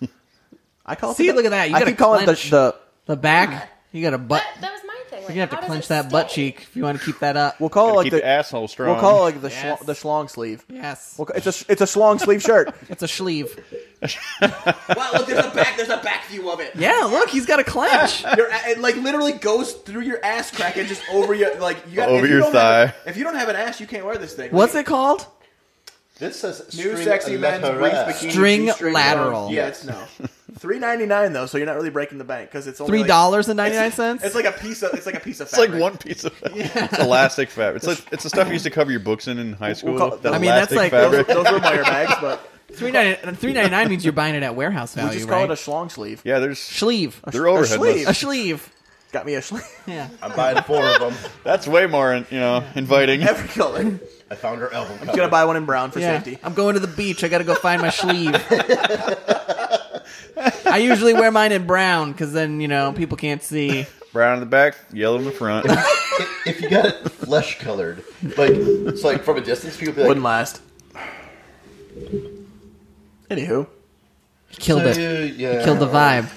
[SPEAKER 4] I call it
[SPEAKER 1] See,
[SPEAKER 4] the-
[SPEAKER 1] look at that. You
[SPEAKER 4] I
[SPEAKER 1] gotta
[SPEAKER 4] keep calling it
[SPEAKER 1] clench.
[SPEAKER 4] the, the
[SPEAKER 1] The
[SPEAKER 4] Mm.
[SPEAKER 1] back. You got a butt.
[SPEAKER 6] That, that was my thing. Like,
[SPEAKER 1] You have to
[SPEAKER 6] how does
[SPEAKER 1] clench
[SPEAKER 6] it
[SPEAKER 1] that butt
[SPEAKER 6] stay?
[SPEAKER 1] cheek if you want to keep that up.
[SPEAKER 4] we'll call it
[SPEAKER 2] Gotta
[SPEAKER 4] like
[SPEAKER 2] keep
[SPEAKER 4] the,
[SPEAKER 2] the asshole strong.
[SPEAKER 4] We'll call it like the
[SPEAKER 1] Yes.
[SPEAKER 4] schl- the schlong sleeve.
[SPEAKER 1] yes,
[SPEAKER 4] We'll ca- it's a sh- it's a schlong sleeve [laughs] shirt.
[SPEAKER 1] it's a sleeve.
[SPEAKER 4] wow, look, there's a back. There's a back view of it.
[SPEAKER 1] Yeah, look, he's got a
[SPEAKER 4] [laughs]
[SPEAKER 1] clench.
[SPEAKER 4] Your, a- it like literally goes through your ass crack and just over your like you got,
[SPEAKER 2] Over
[SPEAKER 4] if you
[SPEAKER 2] your
[SPEAKER 4] don't have-
[SPEAKER 2] thigh.
[SPEAKER 4] if you don't have an ass, you can't wear this thing.
[SPEAKER 1] What's it called?
[SPEAKER 3] This says
[SPEAKER 4] New
[SPEAKER 3] string
[SPEAKER 4] sexy men's brief
[SPEAKER 3] lateral.
[SPEAKER 4] bikini
[SPEAKER 1] String
[SPEAKER 4] two-string
[SPEAKER 1] lateral.
[SPEAKER 4] long. Yeah, it's no
[SPEAKER 1] [laughs]
[SPEAKER 4] three ninety nine though, so you're not really breaking the bank because it's only
[SPEAKER 1] Three
[SPEAKER 4] like-
[SPEAKER 1] dollars and ninety nine cents.
[SPEAKER 4] It's like a piece of it's like a piece of
[SPEAKER 2] It's like
[SPEAKER 4] fabric.
[SPEAKER 2] one piece
[SPEAKER 4] [laughs]
[SPEAKER 2] of it's elastic fabric. It's like it's the stuff you used to cover your books in in high school.
[SPEAKER 4] call-
[SPEAKER 2] the
[SPEAKER 1] I mean, that's
[SPEAKER 2] elastic
[SPEAKER 1] like-
[SPEAKER 4] Those,
[SPEAKER 2] fabric.
[SPEAKER 4] those were Meyer bags,
[SPEAKER 1] [laughs]
[SPEAKER 4] but
[SPEAKER 1] three
[SPEAKER 4] [laughs]
[SPEAKER 1] ninety three ninety nine means you're buying it at warehouse
[SPEAKER 4] we
[SPEAKER 1] value,
[SPEAKER 4] just call
[SPEAKER 1] Oh, right?
[SPEAKER 4] it a schlong sleeve.
[SPEAKER 2] yeah, there's
[SPEAKER 1] sleeve.
[SPEAKER 2] they're overheadless.
[SPEAKER 4] sleeve.
[SPEAKER 1] A sleeve.
[SPEAKER 4] Got me a schlong.
[SPEAKER 1] Yeah.
[SPEAKER 3] I'm buying four
[SPEAKER 1] [laughs]
[SPEAKER 3] of them.
[SPEAKER 2] That's way more you know inviting.
[SPEAKER 4] [laughs] Every color. I'm
[SPEAKER 3] I found her album.
[SPEAKER 4] just gonna buy one in brown for
[SPEAKER 1] Yeah.
[SPEAKER 4] safety.
[SPEAKER 1] I'm going to the beach. I got to go find my
[SPEAKER 4] [laughs]
[SPEAKER 1] sleeve. I usually wear mine in brown because then you know people can't see.
[SPEAKER 2] Brown in the back, yellow in the front.
[SPEAKER 4] [laughs]
[SPEAKER 3] if you got it flesh colored, like it's like from a distance, people be like,
[SPEAKER 4] Wouldn't last. Anywho,
[SPEAKER 1] Killed it.
[SPEAKER 3] "Uh, yeah."
[SPEAKER 1] Killed the vibe.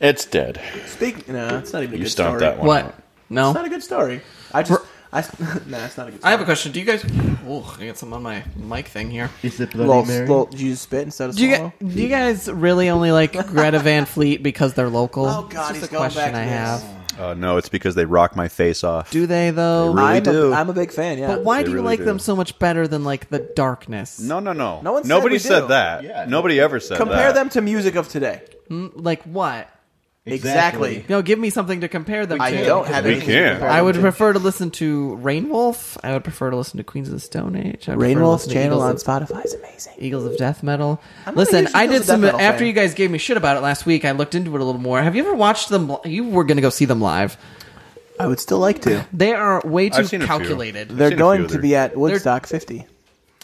[SPEAKER 2] it's dead.
[SPEAKER 4] speak. No, it's not even a
[SPEAKER 2] You
[SPEAKER 4] good
[SPEAKER 2] stomped
[SPEAKER 4] story.
[SPEAKER 2] that one.
[SPEAKER 1] What?
[SPEAKER 4] It's not
[SPEAKER 1] No.
[SPEAKER 4] a good story. I just, I, [laughs] nah, it's not a good. Story.
[SPEAKER 1] I have a question. Do you guys? Oh, I got some on my mic thing here.
[SPEAKER 3] Is it
[SPEAKER 4] little, little. Did you spit instead of
[SPEAKER 1] Do you,
[SPEAKER 4] swallow?
[SPEAKER 1] guys, do you guys really only like Greta Van Fleet because they're local?
[SPEAKER 4] Oh,
[SPEAKER 1] it's
[SPEAKER 4] God, he's
[SPEAKER 1] just a
[SPEAKER 4] going
[SPEAKER 1] question
[SPEAKER 4] back to
[SPEAKER 1] I
[SPEAKER 4] this.
[SPEAKER 1] have.
[SPEAKER 2] Uh, no, it's because they rock my face off.
[SPEAKER 1] Do they though?
[SPEAKER 2] They really
[SPEAKER 4] I'm,
[SPEAKER 2] do.
[SPEAKER 4] A, I'm a big fan. Yeah.
[SPEAKER 1] but why
[SPEAKER 2] They
[SPEAKER 1] do you
[SPEAKER 2] really
[SPEAKER 1] like
[SPEAKER 2] do.
[SPEAKER 1] them so much better than like the darkness?
[SPEAKER 2] No, no, no.
[SPEAKER 4] No one said
[SPEAKER 2] Nobody
[SPEAKER 4] we
[SPEAKER 2] said
[SPEAKER 4] do.
[SPEAKER 2] that.
[SPEAKER 3] Yeah.
[SPEAKER 2] Nobody ever said that.
[SPEAKER 4] Compare them to music of today.
[SPEAKER 1] Mm, like what?
[SPEAKER 4] Exactly.
[SPEAKER 1] No, give me something to compare them
[SPEAKER 4] I
[SPEAKER 1] to.
[SPEAKER 4] don't have.
[SPEAKER 2] We
[SPEAKER 4] anything to
[SPEAKER 2] can.
[SPEAKER 4] compare
[SPEAKER 1] I
[SPEAKER 4] them
[SPEAKER 1] would
[SPEAKER 4] to.
[SPEAKER 1] prefer to listen to Rainwolf. I would prefer to listen to Queens of the Stone Age. I would prefer to
[SPEAKER 4] Rainwolf's
[SPEAKER 1] listen to
[SPEAKER 4] channel on
[SPEAKER 1] Eagles
[SPEAKER 4] Spotify is amazing.
[SPEAKER 1] of, Eagles of Death Metal.
[SPEAKER 4] I'm not a
[SPEAKER 1] Listen,
[SPEAKER 4] huge
[SPEAKER 1] I
[SPEAKER 4] Eagles
[SPEAKER 1] did
[SPEAKER 4] of Death
[SPEAKER 1] some
[SPEAKER 4] Metal
[SPEAKER 1] after
[SPEAKER 4] fan.
[SPEAKER 1] you guys gave me shit about it last week. I looked into it a little more. Have you ever watched them? li- You were going to go see them live.
[SPEAKER 4] I would still
[SPEAKER 2] [laughs]
[SPEAKER 4] like to.
[SPEAKER 1] They are way too
[SPEAKER 2] I've seen a few.
[SPEAKER 1] calculated.
[SPEAKER 2] I've
[SPEAKER 4] They're
[SPEAKER 2] seen a few
[SPEAKER 4] going
[SPEAKER 2] of
[SPEAKER 4] to
[SPEAKER 2] their-
[SPEAKER 4] be at Woodstock 50.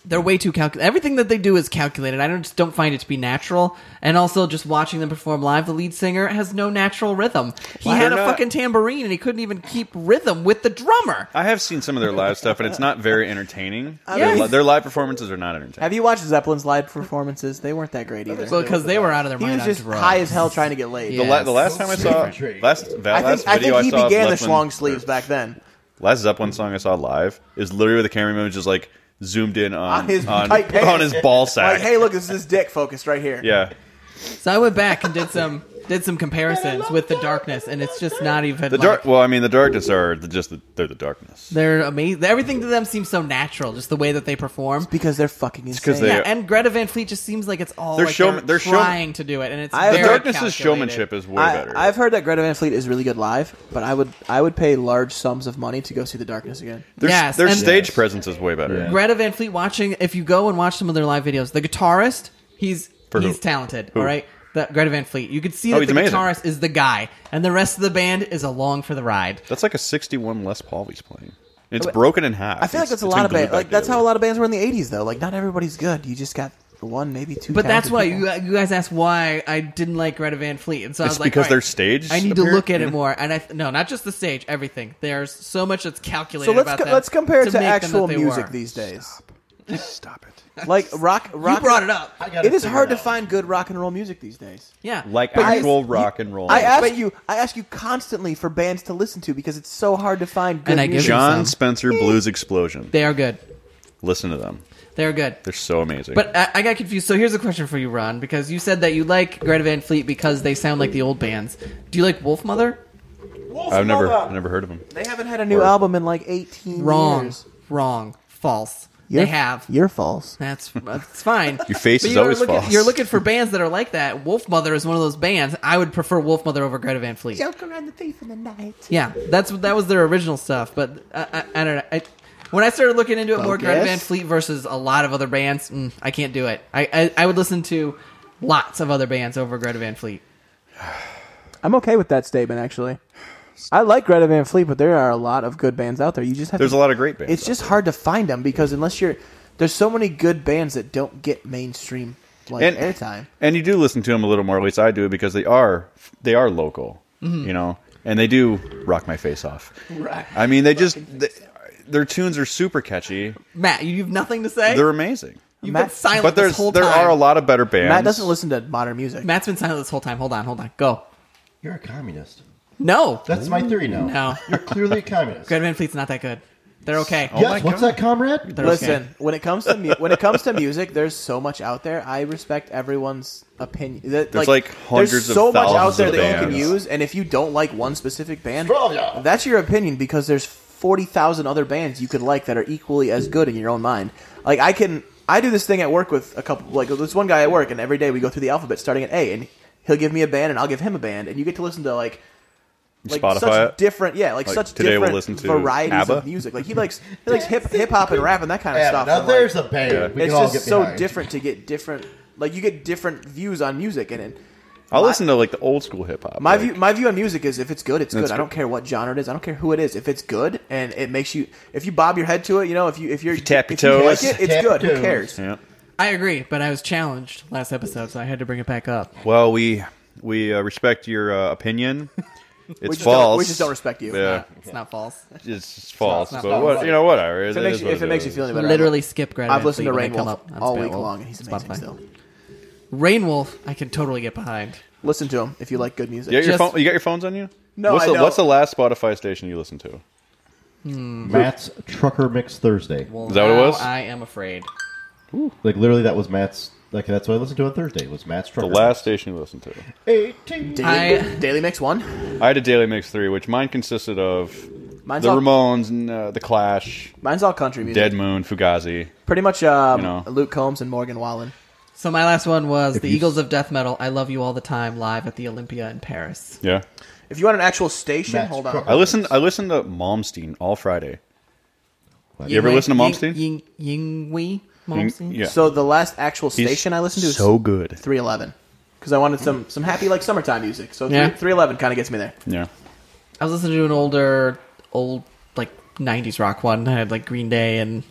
[SPEAKER 1] they're way too calculated. Everything that they do is calculated. I don't just don't find it to be natural. And also, just watching them perform live, the lead singer has no natural rhythm. He had a
[SPEAKER 2] not?
[SPEAKER 1] fucking tambourine, and he couldn't even keep rhythm with the drummer.
[SPEAKER 2] I have seen some of their live stuff, and it's not very
[SPEAKER 4] [laughs]
[SPEAKER 2] entertaining.
[SPEAKER 1] mean-
[SPEAKER 2] Their, li- their live performances are not entertaining.
[SPEAKER 4] Have you watched Zeppelin's live performances? They weren't that great either.
[SPEAKER 1] Because they were out of their
[SPEAKER 4] He
[SPEAKER 1] mind.
[SPEAKER 4] was
[SPEAKER 1] on
[SPEAKER 4] just
[SPEAKER 1] drugs.
[SPEAKER 4] high as hell trying to get laid.
[SPEAKER 1] Yeah.
[SPEAKER 2] the, la- the last time I saw
[SPEAKER 3] different.
[SPEAKER 2] last va-
[SPEAKER 4] I
[SPEAKER 2] last
[SPEAKER 4] think, I
[SPEAKER 2] video
[SPEAKER 4] think he
[SPEAKER 2] saw of
[SPEAKER 4] began the
[SPEAKER 2] Leflin-
[SPEAKER 4] schlong sleeves
[SPEAKER 2] or
[SPEAKER 4] back then.
[SPEAKER 2] Last Zeppelin song I saw live is literally the camera image just like zoomed in on
[SPEAKER 4] On
[SPEAKER 2] [laughs]
[SPEAKER 4] his
[SPEAKER 2] on,
[SPEAKER 4] tight pants.
[SPEAKER 2] on his ball
[SPEAKER 4] Like,
[SPEAKER 2] sack.
[SPEAKER 4] hey, look, this is his dick focused right here.
[SPEAKER 2] yeah,
[SPEAKER 1] So I went back and did some did some comparisons with the darkness, and it's just not even
[SPEAKER 2] the
[SPEAKER 1] like-
[SPEAKER 2] dark. Well, I mean, the darkness are the, just the, they're the darkness.
[SPEAKER 1] They're amazing. Everything to them seems so natural, just the way that they perform.
[SPEAKER 4] Because they're fucking insane.
[SPEAKER 2] 'cause they-
[SPEAKER 1] Yeah, and Greta Van Fleet just seems like it's all
[SPEAKER 2] They're
[SPEAKER 1] like
[SPEAKER 2] showman-
[SPEAKER 1] they're
[SPEAKER 2] they're showman-
[SPEAKER 1] trying to do it, and it's
[SPEAKER 4] I-
[SPEAKER 1] very
[SPEAKER 2] The darkness's
[SPEAKER 1] calculated.
[SPEAKER 2] showmanship is way
[SPEAKER 4] I,
[SPEAKER 2] better.
[SPEAKER 4] I've heard that Greta Van Fleet is really good live, but I would I would pay large sums of money to go see the darkness again.
[SPEAKER 2] their
[SPEAKER 1] Yes,
[SPEAKER 2] their
[SPEAKER 1] and-
[SPEAKER 2] stage presence is way better.
[SPEAKER 3] Yeah.
[SPEAKER 1] Greta Van Fleet watching. If you go and watch some of their live videos, the guitarist, he's
[SPEAKER 2] For who?
[SPEAKER 1] he's talented.
[SPEAKER 2] Who?
[SPEAKER 1] All right, the, Greta Van Fleet. You can see
[SPEAKER 2] Oh,
[SPEAKER 1] that
[SPEAKER 2] he's
[SPEAKER 1] the
[SPEAKER 2] amazing.
[SPEAKER 1] guitarist is the guy, and the rest of the band is along for the ride.
[SPEAKER 2] That's like a 61 Les Paul he's playing. It's broken in half.
[SPEAKER 4] I feel like
[SPEAKER 2] It's-
[SPEAKER 4] that's
[SPEAKER 2] it's
[SPEAKER 4] a lot
[SPEAKER 2] been
[SPEAKER 4] of
[SPEAKER 2] glued
[SPEAKER 4] bands.
[SPEAKER 2] back
[SPEAKER 4] Like that's
[SPEAKER 2] together.
[SPEAKER 4] how a lot of bands were in the '80s, though. Like not everybody's good. You just got one, maybe two.
[SPEAKER 1] But that's
[SPEAKER 4] talented
[SPEAKER 1] why
[SPEAKER 4] people.
[SPEAKER 1] you you guys asked why I didn't like Greta Van Fleet, and so I
[SPEAKER 2] It's
[SPEAKER 1] was like,
[SPEAKER 2] because
[SPEAKER 1] all
[SPEAKER 2] they're
[SPEAKER 1] right,
[SPEAKER 2] staged.
[SPEAKER 1] I need to
[SPEAKER 2] apparently.
[SPEAKER 1] look at it more, and I no, not just the stage, everything. There's so much that's calculated.
[SPEAKER 4] So let's
[SPEAKER 1] about
[SPEAKER 4] co-
[SPEAKER 1] them
[SPEAKER 4] let's compare it to
[SPEAKER 1] make them
[SPEAKER 4] actual
[SPEAKER 1] what they were.
[SPEAKER 4] music these days.
[SPEAKER 2] Stop it.
[SPEAKER 4] [laughs] Like rock, rock.
[SPEAKER 1] you brought it up,
[SPEAKER 3] I gotta
[SPEAKER 4] It is
[SPEAKER 3] figure
[SPEAKER 4] hard
[SPEAKER 3] it
[SPEAKER 4] to
[SPEAKER 3] out.
[SPEAKER 4] find good rock and roll music these days.
[SPEAKER 1] yeah.
[SPEAKER 2] Like
[SPEAKER 1] But you-
[SPEAKER 2] actual rock and roll.
[SPEAKER 4] I ask
[SPEAKER 1] But-
[SPEAKER 4] you, I ask you constantly for bands to listen to because it's so hard to find good
[SPEAKER 1] And I give
[SPEAKER 4] music.
[SPEAKER 1] you
[SPEAKER 2] John
[SPEAKER 1] some.
[SPEAKER 2] Spencer Blues Explosion.
[SPEAKER 1] they are good.
[SPEAKER 2] Listen to them.
[SPEAKER 1] They are good.
[SPEAKER 2] They're so amazing.
[SPEAKER 1] But I, I got confused. So here's a question for you, Ron, because you said that you like Greta Van Fleet because they sound like the old bands. Do you like Wolf Mother?
[SPEAKER 2] I've never never heard of them.
[SPEAKER 4] They haven't had a new
[SPEAKER 2] Or-
[SPEAKER 4] album in like 18
[SPEAKER 1] Wrong.
[SPEAKER 4] years.
[SPEAKER 1] Wrong. False.
[SPEAKER 4] You're,
[SPEAKER 1] they have.
[SPEAKER 4] You're false.
[SPEAKER 1] That's that's fine.
[SPEAKER 7] [laughs] Your face
[SPEAKER 1] But
[SPEAKER 7] is
[SPEAKER 1] you are
[SPEAKER 7] always
[SPEAKER 1] looking,
[SPEAKER 7] false.
[SPEAKER 1] You're looking for bands that are like that. Wolf Mother is one of those bands. I would prefer Wolf Mother over Greta Van Fleet.
[SPEAKER 4] Joke around the thief in the night.
[SPEAKER 1] Yeah, that's that was their original stuff. But I, I, I don't know. I, when I started looking into it more, Greta
[SPEAKER 4] Focus.
[SPEAKER 1] Van Fleet versus a lot of other bands, mm, I can't do it. I, I I would listen to lots of other bands over Greta Van Fleet.
[SPEAKER 4] I'm okay with that statement, actually. I like Greta Van Fleet, but there are a lot of good bands out there. You just have
[SPEAKER 2] There's
[SPEAKER 4] to,
[SPEAKER 2] a lot of great bands.
[SPEAKER 4] It's just hard to find them because unless you're there's so many good bands that don't get mainstream like
[SPEAKER 2] And-
[SPEAKER 4] airtime.
[SPEAKER 2] and you do listen to them a little more. At least I do because they are they are local,
[SPEAKER 1] Mm-hmm.
[SPEAKER 2] you know, and they do rock my face off.
[SPEAKER 4] Right.
[SPEAKER 2] I mean, they just they, their tunes are super catchy.
[SPEAKER 1] Matt, you have nothing to say.
[SPEAKER 2] They're amazing.
[SPEAKER 1] You've
[SPEAKER 4] Matt-
[SPEAKER 1] been silent
[SPEAKER 2] But
[SPEAKER 1] this
[SPEAKER 2] there's
[SPEAKER 1] whole
[SPEAKER 2] there
[SPEAKER 1] time.
[SPEAKER 2] are a lot of better bands.
[SPEAKER 4] Matt doesn't listen to modern music.
[SPEAKER 1] Matt's been silent this whole time. Hold on, hold on. Go.
[SPEAKER 3] You're a communist.
[SPEAKER 1] No,
[SPEAKER 3] That's my theory now.
[SPEAKER 1] No.
[SPEAKER 3] You're
[SPEAKER 4] [laughs]
[SPEAKER 3] clearly a communist.
[SPEAKER 1] Greta Van Fleet's not that good. They're okay.
[SPEAKER 4] Oh
[SPEAKER 3] yes, what's that, comrade?
[SPEAKER 1] They're
[SPEAKER 4] Listen,
[SPEAKER 1] okay.
[SPEAKER 4] when it comes to mu- when it comes to music, there's so much out there. I respect everyone's opinion. That,
[SPEAKER 2] There's, like,
[SPEAKER 4] there's
[SPEAKER 2] hundreds of
[SPEAKER 4] so much out
[SPEAKER 2] thousands
[SPEAKER 4] there
[SPEAKER 2] of
[SPEAKER 4] that you can
[SPEAKER 2] bands.
[SPEAKER 4] use, and if you don't like one specific band,
[SPEAKER 3] Australia.
[SPEAKER 4] that's your opinion because there's forty thousand other bands you could like that are equally as good in your own mind. Like I can, I do this thing at work with a couple. Like this one guy at work, and every day we go through the alphabet starting at A, and he'll give me a band, and I'll give him a band, and you get to listen to like. Like
[SPEAKER 2] Spotify
[SPEAKER 4] such
[SPEAKER 2] it?
[SPEAKER 4] different, yeah, like,
[SPEAKER 2] Like,
[SPEAKER 4] such
[SPEAKER 2] today we'll
[SPEAKER 4] different
[SPEAKER 2] listen to
[SPEAKER 4] varieties
[SPEAKER 2] ABBA?
[SPEAKER 4] of music.
[SPEAKER 3] [laughs]
[SPEAKER 4] Like he likes, he likes hip hip hop and rap and that kind of
[SPEAKER 3] Yeah,
[SPEAKER 4] stuff.
[SPEAKER 3] now
[SPEAKER 4] and, like,
[SPEAKER 3] there's a band.
[SPEAKER 2] Yeah.
[SPEAKER 3] We can
[SPEAKER 4] it's
[SPEAKER 3] all
[SPEAKER 4] just
[SPEAKER 3] get
[SPEAKER 4] so
[SPEAKER 3] behind.
[SPEAKER 4] different to get different like you get different views on music and it
[SPEAKER 2] I'll listen to like the old school hip hop.
[SPEAKER 4] my
[SPEAKER 2] like,
[SPEAKER 4] view my view on music is if it's good it's good
[SPEAKER 2] That's
[SPEAKER 4] i don't
[SPEAKER 2] good.
[SPEAKER 4] care what genre it is i don't care who it is if it's good and it makes you if you bob your head to it you know if you if you're if
[SPEAKER 2] tap your
[SPEAKER 4] like
[SPEAKER 2] toes.
[SPEAKER 4] it, it's
[SPEAKER 3] Tap
[SPEAKER 4] good
[SPEAKER 3] your
[SPEAKER 4] who
[SPEAKER 3] toes.
[SPEAKER 4] cares
[SPEAKER 2] Yeah.
[SPEAKER 1] I agree, but I was challenged last episode, so I had to bring it back up.
[SPEAKER 2] Well, we we uh, respect your uh,
[SPEAKER 4] [laughs]
[SPEAKER 2] opinion. It's
[SPEAKER 4] just don't-
[SPEAKER 2] false.
[SPEAKER 4] we just don't respect you.
[SPEAKER 2] Yeah,
[SPEAKER 1] It's not false.
[SPEAKER 2] it's, it's false.
[SPEAKER 1] not
[SPEAKER 2] but
[SPEAKER 1] false.
[SPEAKER 2] what you know, whatever.
[SPEAKER 4] if it, makes you, if it makes you feel any better
[SPEAKER 1] Literally skip Greta.
[SPEAKER 4] i've
[SPEAKER 1] Van
[SPEAKER 4] listened to
[SPEAKER 1] Fleet when they come
[SPEAKER 4] rainwolf
[SPEAKER 1] up on
[SPEAKER 4] all week
[SPEAKER 1] Spotify.
[SPEAKER 4] long and he's amazing
[SPEAKER 1] Spotify.
[SPEAKER 4] still
[SPEAKER 1] Rainwolf, I can totally get behind.
[SPEAKER 4] listen to him if you like good music
[SPEAKER 2] You got, your
[SPEAKER 1] Just-
[SPEAKER 2] phone, you got your phones on you?
[SPEAKER 4] No,
[SPEAKER 2] What's
[SPEAKER 4] I
[SPEAKER 2] the,
[SPEAKER 4] don't.
[SPEAKER 2] What's the last Spotify station you listened to?
[SPEAKER 3] Matt's Trucker Mix Thursday.
[SPEAKER 1] Well,
[SPEAKER 2] Is that what it
[SPEAKER 1] now
[SPEAKER 2] was?
[SPEAKER 1] I am afraid.
[SPEAKER 3] Like literally, that was Matt's. Like that's what I listened to on Thursday. Was Matt's
[SPEAKER 2] The
[SPEAKER 3] Trucker
[SPEAKER 2] last station you listened to.
[SPEAKER 3] Mix. 18.
[SPEAKER 4] daily,
[SPEAKER 1] I-
[SPEAKER 4] daily mix one
[SPEAKER 2] I had a Daily Mix 3, which mine consisted of
[SPEAKER 4] Mine's
[SPEAKER 2] The
[SPEAKER 4] all-
[SPEAKER 2] Ramones, and, uh, The Clash,
[SPEAKER 4] mine's all country music
[SPEAKER 2] Dead Moon, Fugazi.
[SPEAKER 4] pretty much um,
[SPEAKER 2] You know.
[SPEAKER 4] luke combs and morgan wallen
[SPEAKER 1] So my last one was the
[SPEAKER 3] you-
[SPEAKER 1] Eagles of Death Metal. I love you all the time live at the Olympia in Paris.
[SPEAKER 2] Yeah.
[SPEAKER 4] if you want an actual station
[SPEAKER 3] Matt's
[SPEAKER 4] hold on
[SPEAKER 3] Trucker
[SPEAKER 2] I listened I listened to Malmsteen all Friday. You ever
[SPEAKER 1] Yingwei-
[SPEAKER 2] listen to Malmsteen?
[SPEAKER 1] Ying Ying Yingwei Malmsteen.
[SPEAKER 2] Mm, Yeah.
[SPEAKER 4] So the last actual
[SPEAKER 2] He's
[SPEAKER 4] station I listened to is
[SPEAKER 2] so good.
[SPEAKER 4] 311 because I wanted some some happy like summertime music. So
[SPEAKER 1] Yeah.
[SPEAKER 4] 3, 311 kind of gets me there.
[SPEAKER 2] Yeah.
[SPEAKER 1] I was listening to an older, old like '90s rock one. I had like Green Day and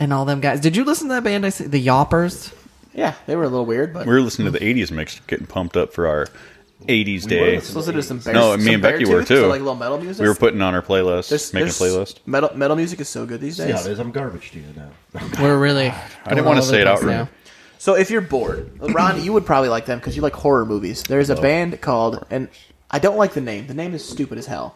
[SPEAKER 1] and all them guys. Did you listen to that band? I say the Yoppers.
[SPEAKER 4] Yeah, they were a little weird, but
[SPEAKER 2] We were listening to the 80s mix, getting pumped up for our 80s
[SPEAKER 3] were
[SPEAKER 2] day.
[SPEAKER 3] listening.
[SPEAKER 4] let's listen to some bears.
[SPEAKER 2] No, me
[SPEAKER 4] some
[SPEAKER 2] and Becky
[SPEAKER 4] Beartooth,
[SPEAKER 2] were, too.
[SPEAKER 4] So like little metal music.
[SPEAKER 2] We were putting on our playlist,
[SPEAKER 4] There's-
[SPEAKER 2] making a
[SPEAKER 4] there's-
[SPEAKER 2] playlist.
[SPEAKER 4] Metal metal music is so good these
[SPEAKER 3] Yeah, it
[SPEAKER 4] days.
[SPEAKER 3] is. I'm garbage to you now. [laughs]
[SPEAKER 1] We're really.
[SPEAKER 2] I didn't want to say it out
[SPEAKER 1] now.
[SPEAKER 2] right.
[SPEAKER 4] So if you're bored, Ron, you would probably like them because you like horror movies. There's a band called and I don't like the name. The name is stupid as
[SPEAKER 2] [laughs]
[SPEAKER 4] hell.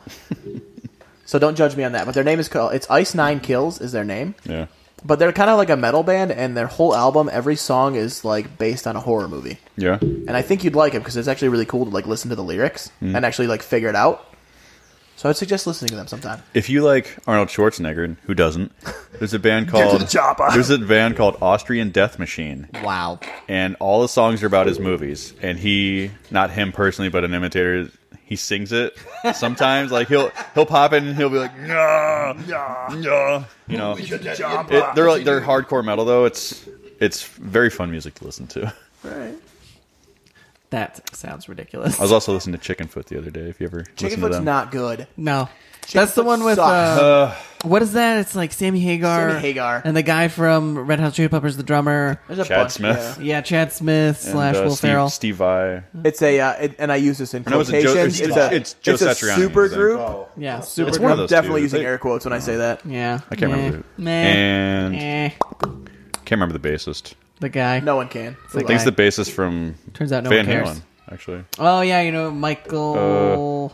[SPEAKER 4] so don't judge me on that. But their name is called it's Ice Nine Kills is their name.
[SPEAKER 2] Yeah.
[SPEAKER 4] But they're kind of like a metal band, and their whole album, every song is like based on a horror movie.
[SPEAKER 2] Yeah.
[SPEAKER 4] and I think you'd like him because it's actually really cool to like listen to the lyrics
[SPEAKER 2] Mm-hmm.
[SPEAKER 4] and actually like figure it out. So I'd suggest listening to them sometime.
[SPEAKER 2] If you like Arnold Schwarzenegger, who doesn't, there's a band called
[SPEAKER 4] the chopper.
[SPEAKER 2] There's a band called Austrian Death Machine,
[SPEAKER 1] Wow.
[SPEAKER 2] and all the songs are about his movies. And he, not him personally, but an imitator, he sings it sometimes. like he'll he'll pop in and he'll be like, no, no, you know. It, they're like they're hardcore metal though. It's it's very fun music to listen to.
[SPEAKER 4] Right.
[SPEAKER 1] That sounds ridiculous.
[SPEAKER 2] I was also listening to Chickenfoot the other day. If you ever listen to
[SPEAKER 4] Chickenfoot's
[SPEAKER 2] them,
[SPEAKER 4] not good.
[SPEAKER 1] No,
[SPEAKER 4] Chicken
[SPEAKER 1] that's the
[SPEAKER 4] Foot
[SPEAKER 1] one with uh,
[SPEAKER 4] sucks.
[SPEAKER 1] what is that? It's like Sammy Hagar,
[SPEAKER 4] Sammy Hagar.
[SPEAKER 1] and the guy from Red Hot Chili Peppers, the drummer.
[SPEAKER 4] There's a
[SPEAKER 2] Chad
[SPEAKER 4] bunch,
[SPEAKER 2] Smith.
[SPEAKER 4] yeah.
[SPEAKER 1] Yeah, Chad Smith
[SPEAKER 2] And,
[SPEAKER 1] slash
[SPEAKER 2] uh,
[SPEAKER 1] Will
[SPEAKER 2] Steve,
[SPEAKER 1] Ferrell.
[SPEAKER 2] Steve Vai.
[SPEAKER 4] It's a uh, it, and I use this in
[SPEAKER 2] I know it's a Joe-
[SPEAKER 4] quotations.
[SPEAKER 2] it's-
[SPEAKER 4] It's a
[SPEAKER 2] it's Joe
[SPEAKER 4] it's a
[SPEAKER 2] Satriani,
[SPEAKER 4] super
[SPEAKER 2] isn't it?
[SPEAKER 4] group.
[SPEAKER 3] Oh.
[SPEAKER 1] Yeah, super.
[SPEAKER 2] It's Uh-huh. one of
[SPEAKER 4] I'm
[SPEAKER 2] those
[SPEAKER 4] definitely
[SPEAKER 2] two.
[SPEAKER 4] using
[SPEAKER 2] They-
[SPEAKER 4] air quotes when I say that.
[SPEAKER 1] yeah,
[SPEAKER 2] I can't remember.
[SPEAKER 1] Meh.
[SPEAKER 2] And
[SPEAKER 1] Meh. Eh.
[SPEAKER 2] can't remember the bassist.
[SPEAKER 1] the guy.
[SPEAKER 4] No one can. It's a
[SPEAKER 2] I think it's
[SPEAKER 4] lie.
[SPEAKER 2] the bassist from
[SPEAKER 1] Turns out no
[SPEAKER 2] Van
[SPEAKER 1] one cares.
[SPEAKER 2] Halen, actually.
[SPEAKER 1] Oh yeah, you know Michael,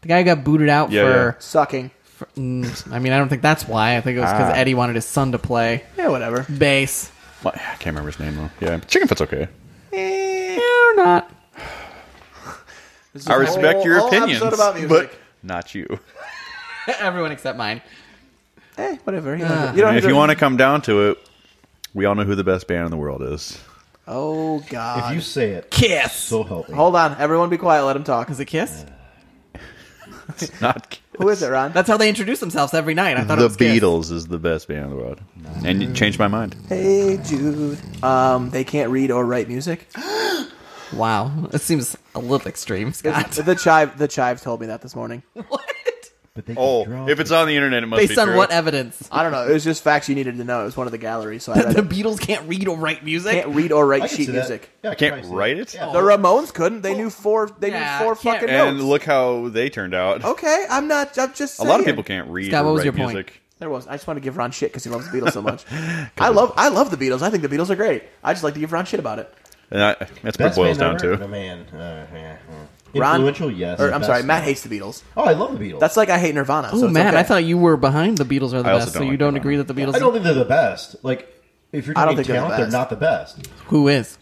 [SPEAKER 1] the guy who got booted out
[SPEAKER 2] Yeah,
[SPEAKER 1] for.
[SPEAKER 4] sucking.
[SPEAKER 1] for- mm, I mean, I don't think that's why. I think it was because
[SPEAKER 2] Ah.
[SPEAKER 1] Eddie wanted his son to play
[SPEAKER 4] Yeah, whatever.
[SPEAKER 1] bass.
[SPEAKER 2] My- I can't remember his name though. Yeah, Chickenfoot's okay.
[SPEAKER 1] Eh, or [laughs] not.
[SPEAKER 4] This is
[SPEAKER 2] I
[SPEAKER 4] a
[SPEAKER 2] respect
[SPEAKER 4] whole-
[SPEAKER 2] your
[SPEAKER 4] whole
[SPEAKER 2] opinions, [laughs]
[SPEAKER 4] episode about music.
[SPEAKER 2] but not you.
[SPEAKER 1] Everyone except mine.
[SPEAKER 4] eh, whatever. You,
[SPEAKER 1] Ah.
[SPEAKER 4] know, you don't
[SPEAKER 2] And
[SPEAKER 4] have
[SPEAKER 2] if you want to come down to it, we all know who the best band in the world is.
[SPEAKER 4] Oh God.
[SPEAKER 3] If you say it,
[SPEAKER 1] Kiss.
[SPEAKER 3] so help me.
[SPEAKER 4] Hold on, everyone, be quiet. Let
[SPEAKER 2] [laughs]
[SPEAKER 4] him talk.
[SPEAKER 1] Is it Kiss? [laughs]
[SPEAKER 2] It's not
[SPEAKER 4] Who is it, Ron?
[SPEAKER 1] That's how they introduce themselves every night. I thought
[SPEAKER 2] the
[SPEAKER 1] it was Kiss.
[SPEAKER 2] Beatles is the best band in the world, and it changed my mind.
[SPEAKER 4] Hey Jude. Um, they can't read or
[SPEAKER 1] [laughs]
[SPEAKER 4] write music.
[SPEAKER 1] Wow, it seems a little
[SPEAKER 2] [laughs]
[SPEAKER 1] extreme, Scott. [laughs]
[SPEAKER 4] The chive, the chive told me that this morning.
[SPEAKER 1] what?
[SPEAKER 3] But they can
[SPEAKER 2] Oh,
[SPEAKER 3] draw
[SPEAKER 2] if it's on the internet, it must be
[SPEAKER 1] Based on
[SPEAKER 2] true.
[SPEAKER 1] what
[SPEAKER 2] [laughs]
[SPEAKER 1] evidence?
[SPEAKER 4] I don't know. It was just facts you needed to know. It was one of the galleries, so I read
[SPEAKER 1] [laughs] the
[SPEAKER 4] it.
[SPEAKER 1] Beatles can't read or write music.
[SPEAKER 4] Can't read or
[SPEAKER 3] I can
[SPEAKER 4] write sheet
[SPEAKER 3] see that.
[SPEAKER 4] music.
[SPEAKER 3] Yeah,
[SPEAKER 2] I can't
[SPEAKER 3] probably see
[SPEAKER 2] write
[SPEAKER 3] that.
[SPEAKER 2] it?
[SPEAKER 3] Yeah.
[SPEAKER 4] The Ramones couldn't. They knew four. They
[SPEAKER 1] Yeah,
[SPEAKER 4] knew four
[SPEAKER 1] can't-
[SPEAKER 4] fucking
[SPEAKER 2] and
[SPEAKER 4] notes.
[SPEAKER 2] look how they turned out.
[SPEAKER 4] okay, I'm not. I'm just.
[SPEAKER 2] a lot of
[SPEAKER 4] saying.
[SPEAKER 2] people can't read
[SPEAKER 1] Scott,
[SPEAKER 2] or
[SPEAKER 1] what was
[SPEAKER 2] write
[SPEAKER 1] your point?
[SPEAKER 2] music.
[SPEAKER 4] There was. I just want to give Ron shit because he loves the Beatles
[SPEAKER 3] [laughs]
[SPEAKER 4] so much. I love. I love the Beatles. I think the Beatles are great. I just like to give Ron shit about it.
[SPEAKER 2] And I, that's what it
[SPEAKER 3] Best
[SPEAKER 2] boils
[SPEAKER 3] man
[SPEAKER 2] down
[SPEAKER 3] ever?
[SPEAKER 2] to.
[SPEAKER 3] The man. Uh, yeah, yeah.
[SPEAKER 4] Ron,
[SPEAKER 3] Influential, yes.
[SPEAKER 4] Or,
[SPEAKER 3] the
[SPEAKER 4] I'm
[SPEAKER 3] best
[SPEAKER 4] sorry, Matt
[SPEAKER 3] man.
[SPEAKER 4] hates the Beatles.
[SPEAKER 3] Oh, I love the Beatles.
[SPEAKER 4] That's like I hate Nirvana.
[SPEAKER 1] Oh,
[SPEAKER 4] so it's
[SPEAKER 1] Matt,
[SPEAKER 4] okay.
[SPEAKER 1] I thought you were behind the Beatles are the
[SPEAKER 2] I also
[SPEAKER 1] best,
[SPEAKER 2] don't
[SPEAKER 1] so you
[SPEAKER 2] like
[SPEAKER 1] don't
[SPEAKER 2] Nirvana.
[SPEAKER 1] agree that the Beatles.
[SPEAKER 3] I don't think they're the best. Like, if you're
[SPEAKER 4] I
[SPEAKER 3] talking
[SPEAKER 4] don't think they're the
[SPEAKER 3] talent, they're
[SPEAKER 4] best.
[SPEAKER 3] not the best.
[SPEAKER 1] who is?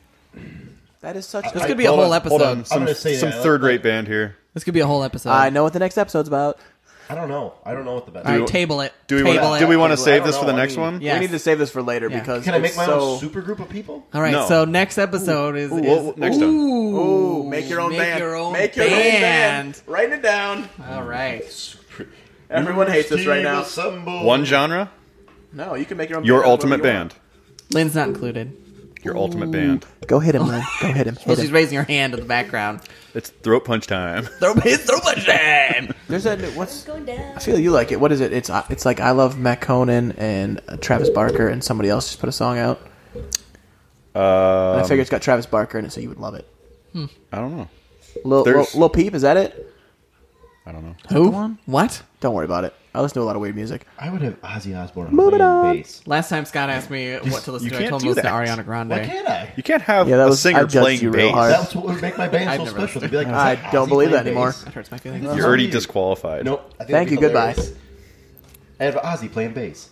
[SPEAKER 4] that is such.
[SPEAKER 1] This
[SPEAKER 4] I-
[SPEAKER 1] could be a
[SPEAKER 2] Hold
[SPEAKER 1] whole
[SPEAKER 2] on, hold on.
[SPEAKER 1] episode.
[SPEAKER 2] Some,
[SPEAKER 3] gonna say
[SPEAKER 2] some
[SPEAKER 3] that. Like-
[SPEAKER 2] third-rate band here.
[SPEAKER 1] This could be a whole episode.
[SPEAKER 4] I know what the next episode's about.
[SPEAKER 3] I don't know. I don't know what the best.
[SPEAKER 1] All right,
[SPEAKER 2] Do-
[SPEAKER 1] table it.
[SPEAKER 2] Do we
[SPEAKER 1] table
[SPEAKER 2] want?
[SPEAKER 1] it.
[SPEAKER 2] Do we want to
[SPEAKER 3] Table it. I
[SPEAKER 2] save
[SPEAKER 3] don't
[SPEAKER 2] this for the
[SPEAKER 3] know. I
[SPEAKER 2] next
[SPEAKER 3] mean-
[SPEAKER 2] one?
[SPEAKER 1] Yes.
[SPEAKER 4] We need to save this for later
[SPEAKER 1] Yeah.
[SPEAKER 4] because
[SPEAKER 3] Can I make
[SPEAKER 4] it's
[SPEAKER 3] my
[SPEAKER 4] so...
[SPEAKER 3] own super group of
[SPEAKER 4] [laughs]
[SPEAKER 3] people?
[SPEAKER 1] All right.
[SPEAKER 2] No.
[SPEAKER 1] So next episode is, is
[SPEAKER 2] well, next time.
[SPEAKER 1] Ooh,
[SPEAKER 4] Ooh, make your own band.
[SPEAKER 1] your own
[SPEAKER 4] make your
[SPEAKER 1] band.
[SPEAKER 4] own band. Writing it down.
[SPEAKER 1] All right.
[SPEAKER 4] Everyone hates us right now.
[SPEAKER 2] One genre,
[SPEAKER 4] No, you can make your own.
[SPEAKER 2] your
[SPEAKER 4] band whatever
[SPEAKER 2] ultimate
[SPEAKER 4] you
[SPEAKER 2] band,
[SPEAKER 1] Lynn's not included.
[SPEAKER 2] your ultimate band.
[SPEAKER 4] want. Go hit him, Lynn.
[SPEAKER 1] [laughs]
[SPEAKER 4] Go hit him.
[SPEAKER 1] Well,
[SPEAKER 4] Hit
[SPEAKER 1] she's
[SPEAKER 4] him.
[SPEAKER 1] raising her hand in the background.
[SPEAKER 2] It's throat punch time.
[SPEAKER 1] Throw his throw punch time.
[SPEAKER 4] There's a new- what's.
[SPEAKER 6] Going down.
[SPEAKER 4] I feel you like it. What is it? It's uh, it's like I love Matt Conan and uh, Travis Barker and somebody else just put a song out.
[SPEAKER 2] Uh,
[SPEAKER 4] I figure it's got Travis Barker in it, so you would love it.
[SPEAKER 2] I don't know.
[SPEAKER 4] Lil, Lil,
[SPEAKER 2] There's-
[SPEAKER 4] Lil Peep, is that it?
[SPEAKER 2] I don't know.
[SPEAKER 1] Who?
[SPEAKER 4] one?
[SPEAKER 1] What?
[SPEAKER 4] Don't worry about it. I listen to a lot of weird music.
[SPEAKER 3] I would have Ozzy Osbourne on
[SPEAKER 4] Moving
[SPEAKER 3] playing
[SPEAKER 4] on.
[SPEAKER 3] bass.
[SPEAKER 1] Last time Scott asked me what to listen
[SPEAKER 2] you
[SPEAKER 1] to, I
[SPEAKER 2] can't
[SPEAKER 1] told
[SPEAKER 2] do
[SPEAKER 1] him to listen to
[SPEAKER 2] that.
[SPEAKER 1] Ariana Grande.
[SPEAKER 3] Why can't I?
[SPEAKER 2] You can't have
[SPEAKER 4] Yeah, that
[SPEAKER 2] a
[SPEAKER 4] was- I
[SPEAKER 2] singer
[SPEAKER 4] judged
[SPEAKER 2] playing
[SPEAKER 4] you real
[SPEAKER 2] bass.
[SPEAKER 4] hard.
[SPEAKER 3] That's what would
[SPEAKER 4] [laughs]
[SPEAKER 3] make my band so
[SPEAKER 1] never
[SPEAKER 3] special. It'd be like,
[SPEAKER 4] I
[SPEAKER 3] is that
[SPEAKER 4] don't
[SPEAKER 3] Ozzy
[SPEAKER 4] believe that
[SPEAKER 3] playing
[SPEAKER 4] anymore.
[SPEAKER 3] bass?
[SPEAKER 1] That hurts my feelings.
[SPEAKER 2] You're already disqualified.
[SPEAKER 3] Nope. I think
[SPEAKER 4] Thank
[SPEAKER 3] it'd be
[SPEAKER 4] you, goodbye.
[SPEAKER 3] hilarious. I'd have Ozzy playing bass.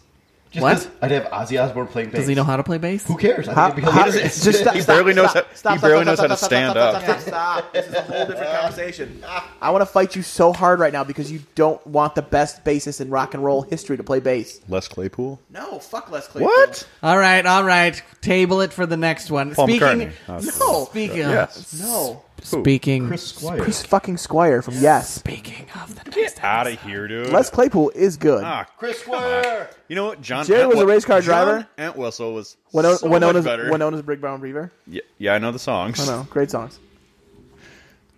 [SPEAKER 3] Just
[SPEAKER 1] What?
[SPEAKER 3] 'cause I'd have Ozzy Osbourne playing bass.
[SPEAKER 1] Does he know how to play bass?
[SPEAKER 3] Who cares? I
[SPEAKER 4] How-
[SPEAKER 3] think it'd be
[SPEAKER 4] how-
[SPEAKER 3] hilarious. [laughs]
[SPEAKER 4] just stop-
[SPEAKER 2] He barely knows
[SPEAKER 4] stop,
[SPEAKER 2] how-
[SPEAKER 4] stop,
[SPEAKER 2] he
[SPEAKER 4] stop,
[SPEAKER 2] barely
[SPEAKER 4] stop,
[SPEAKER 2] knows how to
[SPEAKER 4] stop,
[SPEAKER 2] stand
[SPEAKER 4] stop,
[SPEAKER 2] up.
[SPEAKER 4] Stop, stop, stop. This is a whole [laughs] different conversation. I want to fight you so hard right now because you don't want the best bassist in rock and roll history to play bass.
[SPEAKER 2] Les Claypool.
[SPEAKER 4] No, fuck Les Claypool.
[SPEAKER 2] What?
[SPEAKER 1] All right, all right. Table it for the next one.
[SPEAKER 2] Paul
[SPEAKER 1] speaking,
[SPEAKER 2] McCartney. Oh,
[SPEAKER 1] no. Speaking, of,
[SPEAKER 2] Yes.
[SPEAKER 4] No.
[SPEAKER 1] speaking,
[SPEAKER 3] Chris Squire.
[SPEAKER 4] Chris fucking Squire from Yes.
[SPEAKER 1] speaking of the next.
[SPEAKER 2] Out of here, dude.
[SPEAKER 4] Les Claypool is good.
[SPEAKER 2] Ah,
[SPEAKER 3] Chris Squire.
[SPEAKER 2] you know what? John
[SPEAKER 4] Jerry was a
[SPEAKER 2] Entwistle-
[SPEAKER 4] race car
[SPEAKER 2] John
[SPEAKER 4] driver.
[SPEAKER 2] Entwistle was
[SPEAKER 4] Winona,
[SPEAKER 2] so
[SPEAKER 4] Winona's,
[SPEAKER 2] much better.
[SPEAKER 4] Winona's Big Brown Beaver.
[SPEAKER 2] Yeah, yeah, I know the songs.
[SPEAKER 4] I know. Great songs.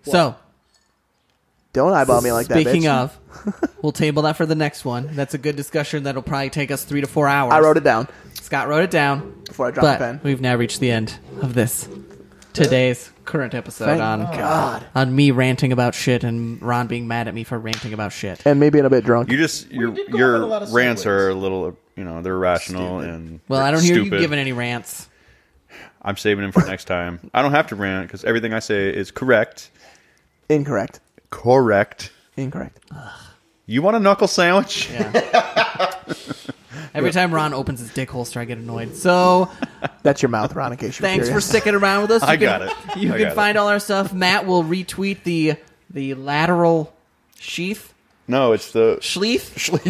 [SPEAKER 1] So,
[SPEAKER 4] Don't eyeball me like that.
[SPEAKER 1] speaking
[SPEAKER 4] bitch.
[SPEAKER 1] of, we'll table that for the next one. That's a good discussion that'll probably take us three to four hours.
[SPEAKER 4] I wrote it down
[SPEAKER 1] Scott wrote it down,
[SPEAKER 4] before I dropped
[SPEAKER 1] but
[SPEAKER 4] the pen.
[SPEAKER 1] we've now reached the end of this today's current episode
[SPEAKER 4] Thank
[SPEAKER 1] on
[SPEAKER 4] God.
[SPEAKER 1] on me ranting about shit and Ron being mad at me for ranting about shit.
[SPEAKER 4] And maybe in a bit drunk.
[SPEAKER 2] You just your
[SPEAKER 3] did go off on a lot
[SPEAKER 2] your
[SPEAKER 3] of
[SPEAKER 2] rants
[SPEAKER 3] segues.
[SPEAKER 2] are a little, you know, they're irrational and
[SPEAKER 1] Well,
[SPEAKER 2] they're
[SPEAKER 1] I don't hear
[SPEAKER 2] stupid.
[SPEAKER 1] you giving any rants.
[SPEAKER 2] I'm saving them for next time. I don't have to rant because everything I say is correct.
[SPEAKER 4] Incorrect.
[SPEAKER 2] Correct.
[SPEAKER 4] Incorrect.
[SPEAKER 2] You want a knuckle sandwich?
[SPEAKER 1] Every time Ron opens his dick holster, I get annoyed. So.
[SPEAKER 4] That's your mouth, Ron, in case you're
[SPEAKER 1] Thanks for
[SPEAKER 4] curious.
[SPEAKER 1] sticking around with us. You
[SPEAKER 2] I
[SPEAKER 1] can,
[SPEAKER 2] got it.
[SPEAKER 1] [laughs] You
[SPEAKER 2] I
[SPEAKER 1] can
[SPEAKER 2] got
[SPEAKER 1] find all our stuff. Matt will retweet the the lateral sheath
[SPEAKER 2] No, it's the
[SPEAKER 1] sleeve sleeve.
[SPEAKER 4] [laughs]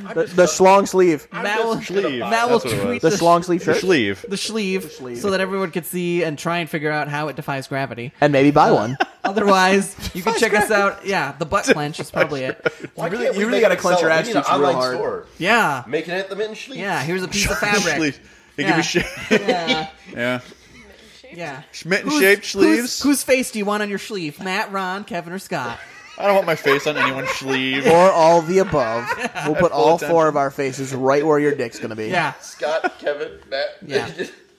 [SPEAKER 4] the, the schlong sleeve.
[SPEAKER 1] Matt will
[SPEAKER 2] sleeve.
[SPEAKER 1] Matt will
[SPEAKER 2] That's what it
[SPEAKER 1] tweet
[SPEAKER 2] was.
[SPEAKER 4] The schlong sleeve
[SPEAKER 2] the
[SPEAKER 4] shirt.
[SPEAKER 2] sleeve.
[SPEAKER 1] the sleeve so that everyone could see and try and figure out how it defies gravity.
[SPEAKER 4] And maybe buy [laughs] one.
[SPEAKER 1] Otherwise, you can check us out. Yeah, the
[SPEAKER 4] [laughs]
[SPEAKER 1] butt clench is probably it.
[SPEAKER 3] Why
[SPEAKER 4] really-
[SPEAKER 3] can't we
[SPEAKER 4] you really
[SPEAKER 3] make
[SPEAKER 4] gotta
[SPEAKER 3] it
[SPEAKER 4] clench
[SPEAKER 3] sell?
[SPEAKER 4] your ass
[SPEAKER 3] We need an
[SPEAKER 4] cheeks real
[SPEAKER 3] online
[SPEAKER 4] hard.
[SPEAKER 3] store.
[SPEAKER 1] Yeah,
[SPEAKER 3] Making it at the Mitten Schlief.
[SPEAKER 1] yeah. Here's a piece of fabric.
[SPEAKER 2] Sleeve. They
[SPEAKER 1] Yeah.
[SPEAKER 2] give you shape.
[SPEAKER 1] [laughs] Yeah,
[SPEAKER 2] yeah.
[SPEAKER 1] yeah.
[SPEAKER 2] Schmitten
[SPEAKER 1] Who's- who's-
[SPEAKER 2] shaped sleeves.
[SPEAKER 1] Whose face do you want on your sleeve? Matt, Ron, Kevin, or Scott?
[SPEAKER 2] I don't want my face on anyone's sleeve.
[SPEAKER 4] Or all the
[SPEAKER 2] [laughs]
[SPEAKER 4] above. We'll put all four
[SPEAKER 2] attention.
[SPEAKER 4] of our faces right where your dick's going to be.
[SPEAKER 1] Yeah,
[SPEAKER 3] Scott, Kevin, Matt. [laughs]
[SPEAKER 1] yeah.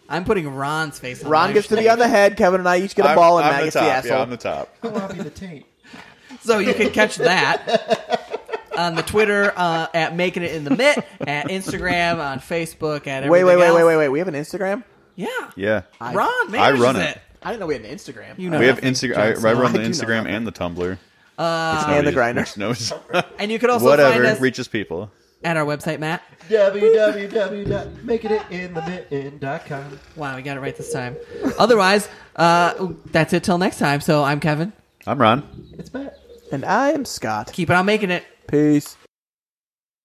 [SPEAKER 1] I'm putting Ron's face. on
[SPEAKER 4] Ron
[SPEAKER 1] my
[SPEAKER 4] gets to be on the head. Kevin and I each get a
[SPEAKER 2] I'm-
[SPEAKER 4] ball, and
[SPEAKER 2] I'm
[SPEAKER 4] Matt
[SPEAKER 2] the
[SPEAKER 4] gets
[SPEAKER 2] top.
[SPEAKER 4] the asshole.
[SPEAKER 2] Yeah, I'm the top.
[SPEAKER 3] Floppy the tape.
[SPEAKER 1] So you can catch that on the Twitter uh, at Making It in the Mitt, at Instagram, on Facebook, at everything
[SPEAKER 4] wait, wait, wait,
[SPEAKER 1] else.
[SPEAKER 4] wait, wait, wait. We have an Instagram.
[SPEAKER 1] Yeah.
[SPEAKER 2] Yeah.
[SPEAKER 1] Ron manages
[SPEAKER 2] I run
[SPEAKER 1] it.
[SPEAKER 2] it.
[SPEAKER 4] I didn't know we had an Instagram.
[SPEAKER 1] You know
[SPEAKER 2] we have
[SPEAKER 1] nothing,
[SPEAKER 2] Instagram.
[SPEAKER 1] John
[SPEAKER 2] I, I
[SPEAKER 1] Snow.
[SPEAKER 2] run the
[SPEAKER 4] I do know
[SPEAKER 2] Instagram and the
[SPEAKER 1] Uh,
[SPEAKER 2] Tumblr.
[SPEAKER 4] and the grinder.
[SPEAKER 2] No,
[SPEAKER 1] And you can [laughs] also find
[SPEAKER 2] whatever
[SPEAKER 1] us
[SPEAKER 2] reaches people.
[SPEAKER 1] at our website, Matt.
[SPEAKER 3] www.makingitinthemitten.com.
[SPEAKER 1] Wow, we got it right this time. Otherwise, uh, that's it till next time. So I'm Kevin.
[SPEAKER 2] I'm Ron.
[SPEAKER 3] It's Matt.
[SPEAKER 4] And I am Scott.
[SPEAKER 1] Keep it on making it.
[SPEAKER 4] Peace.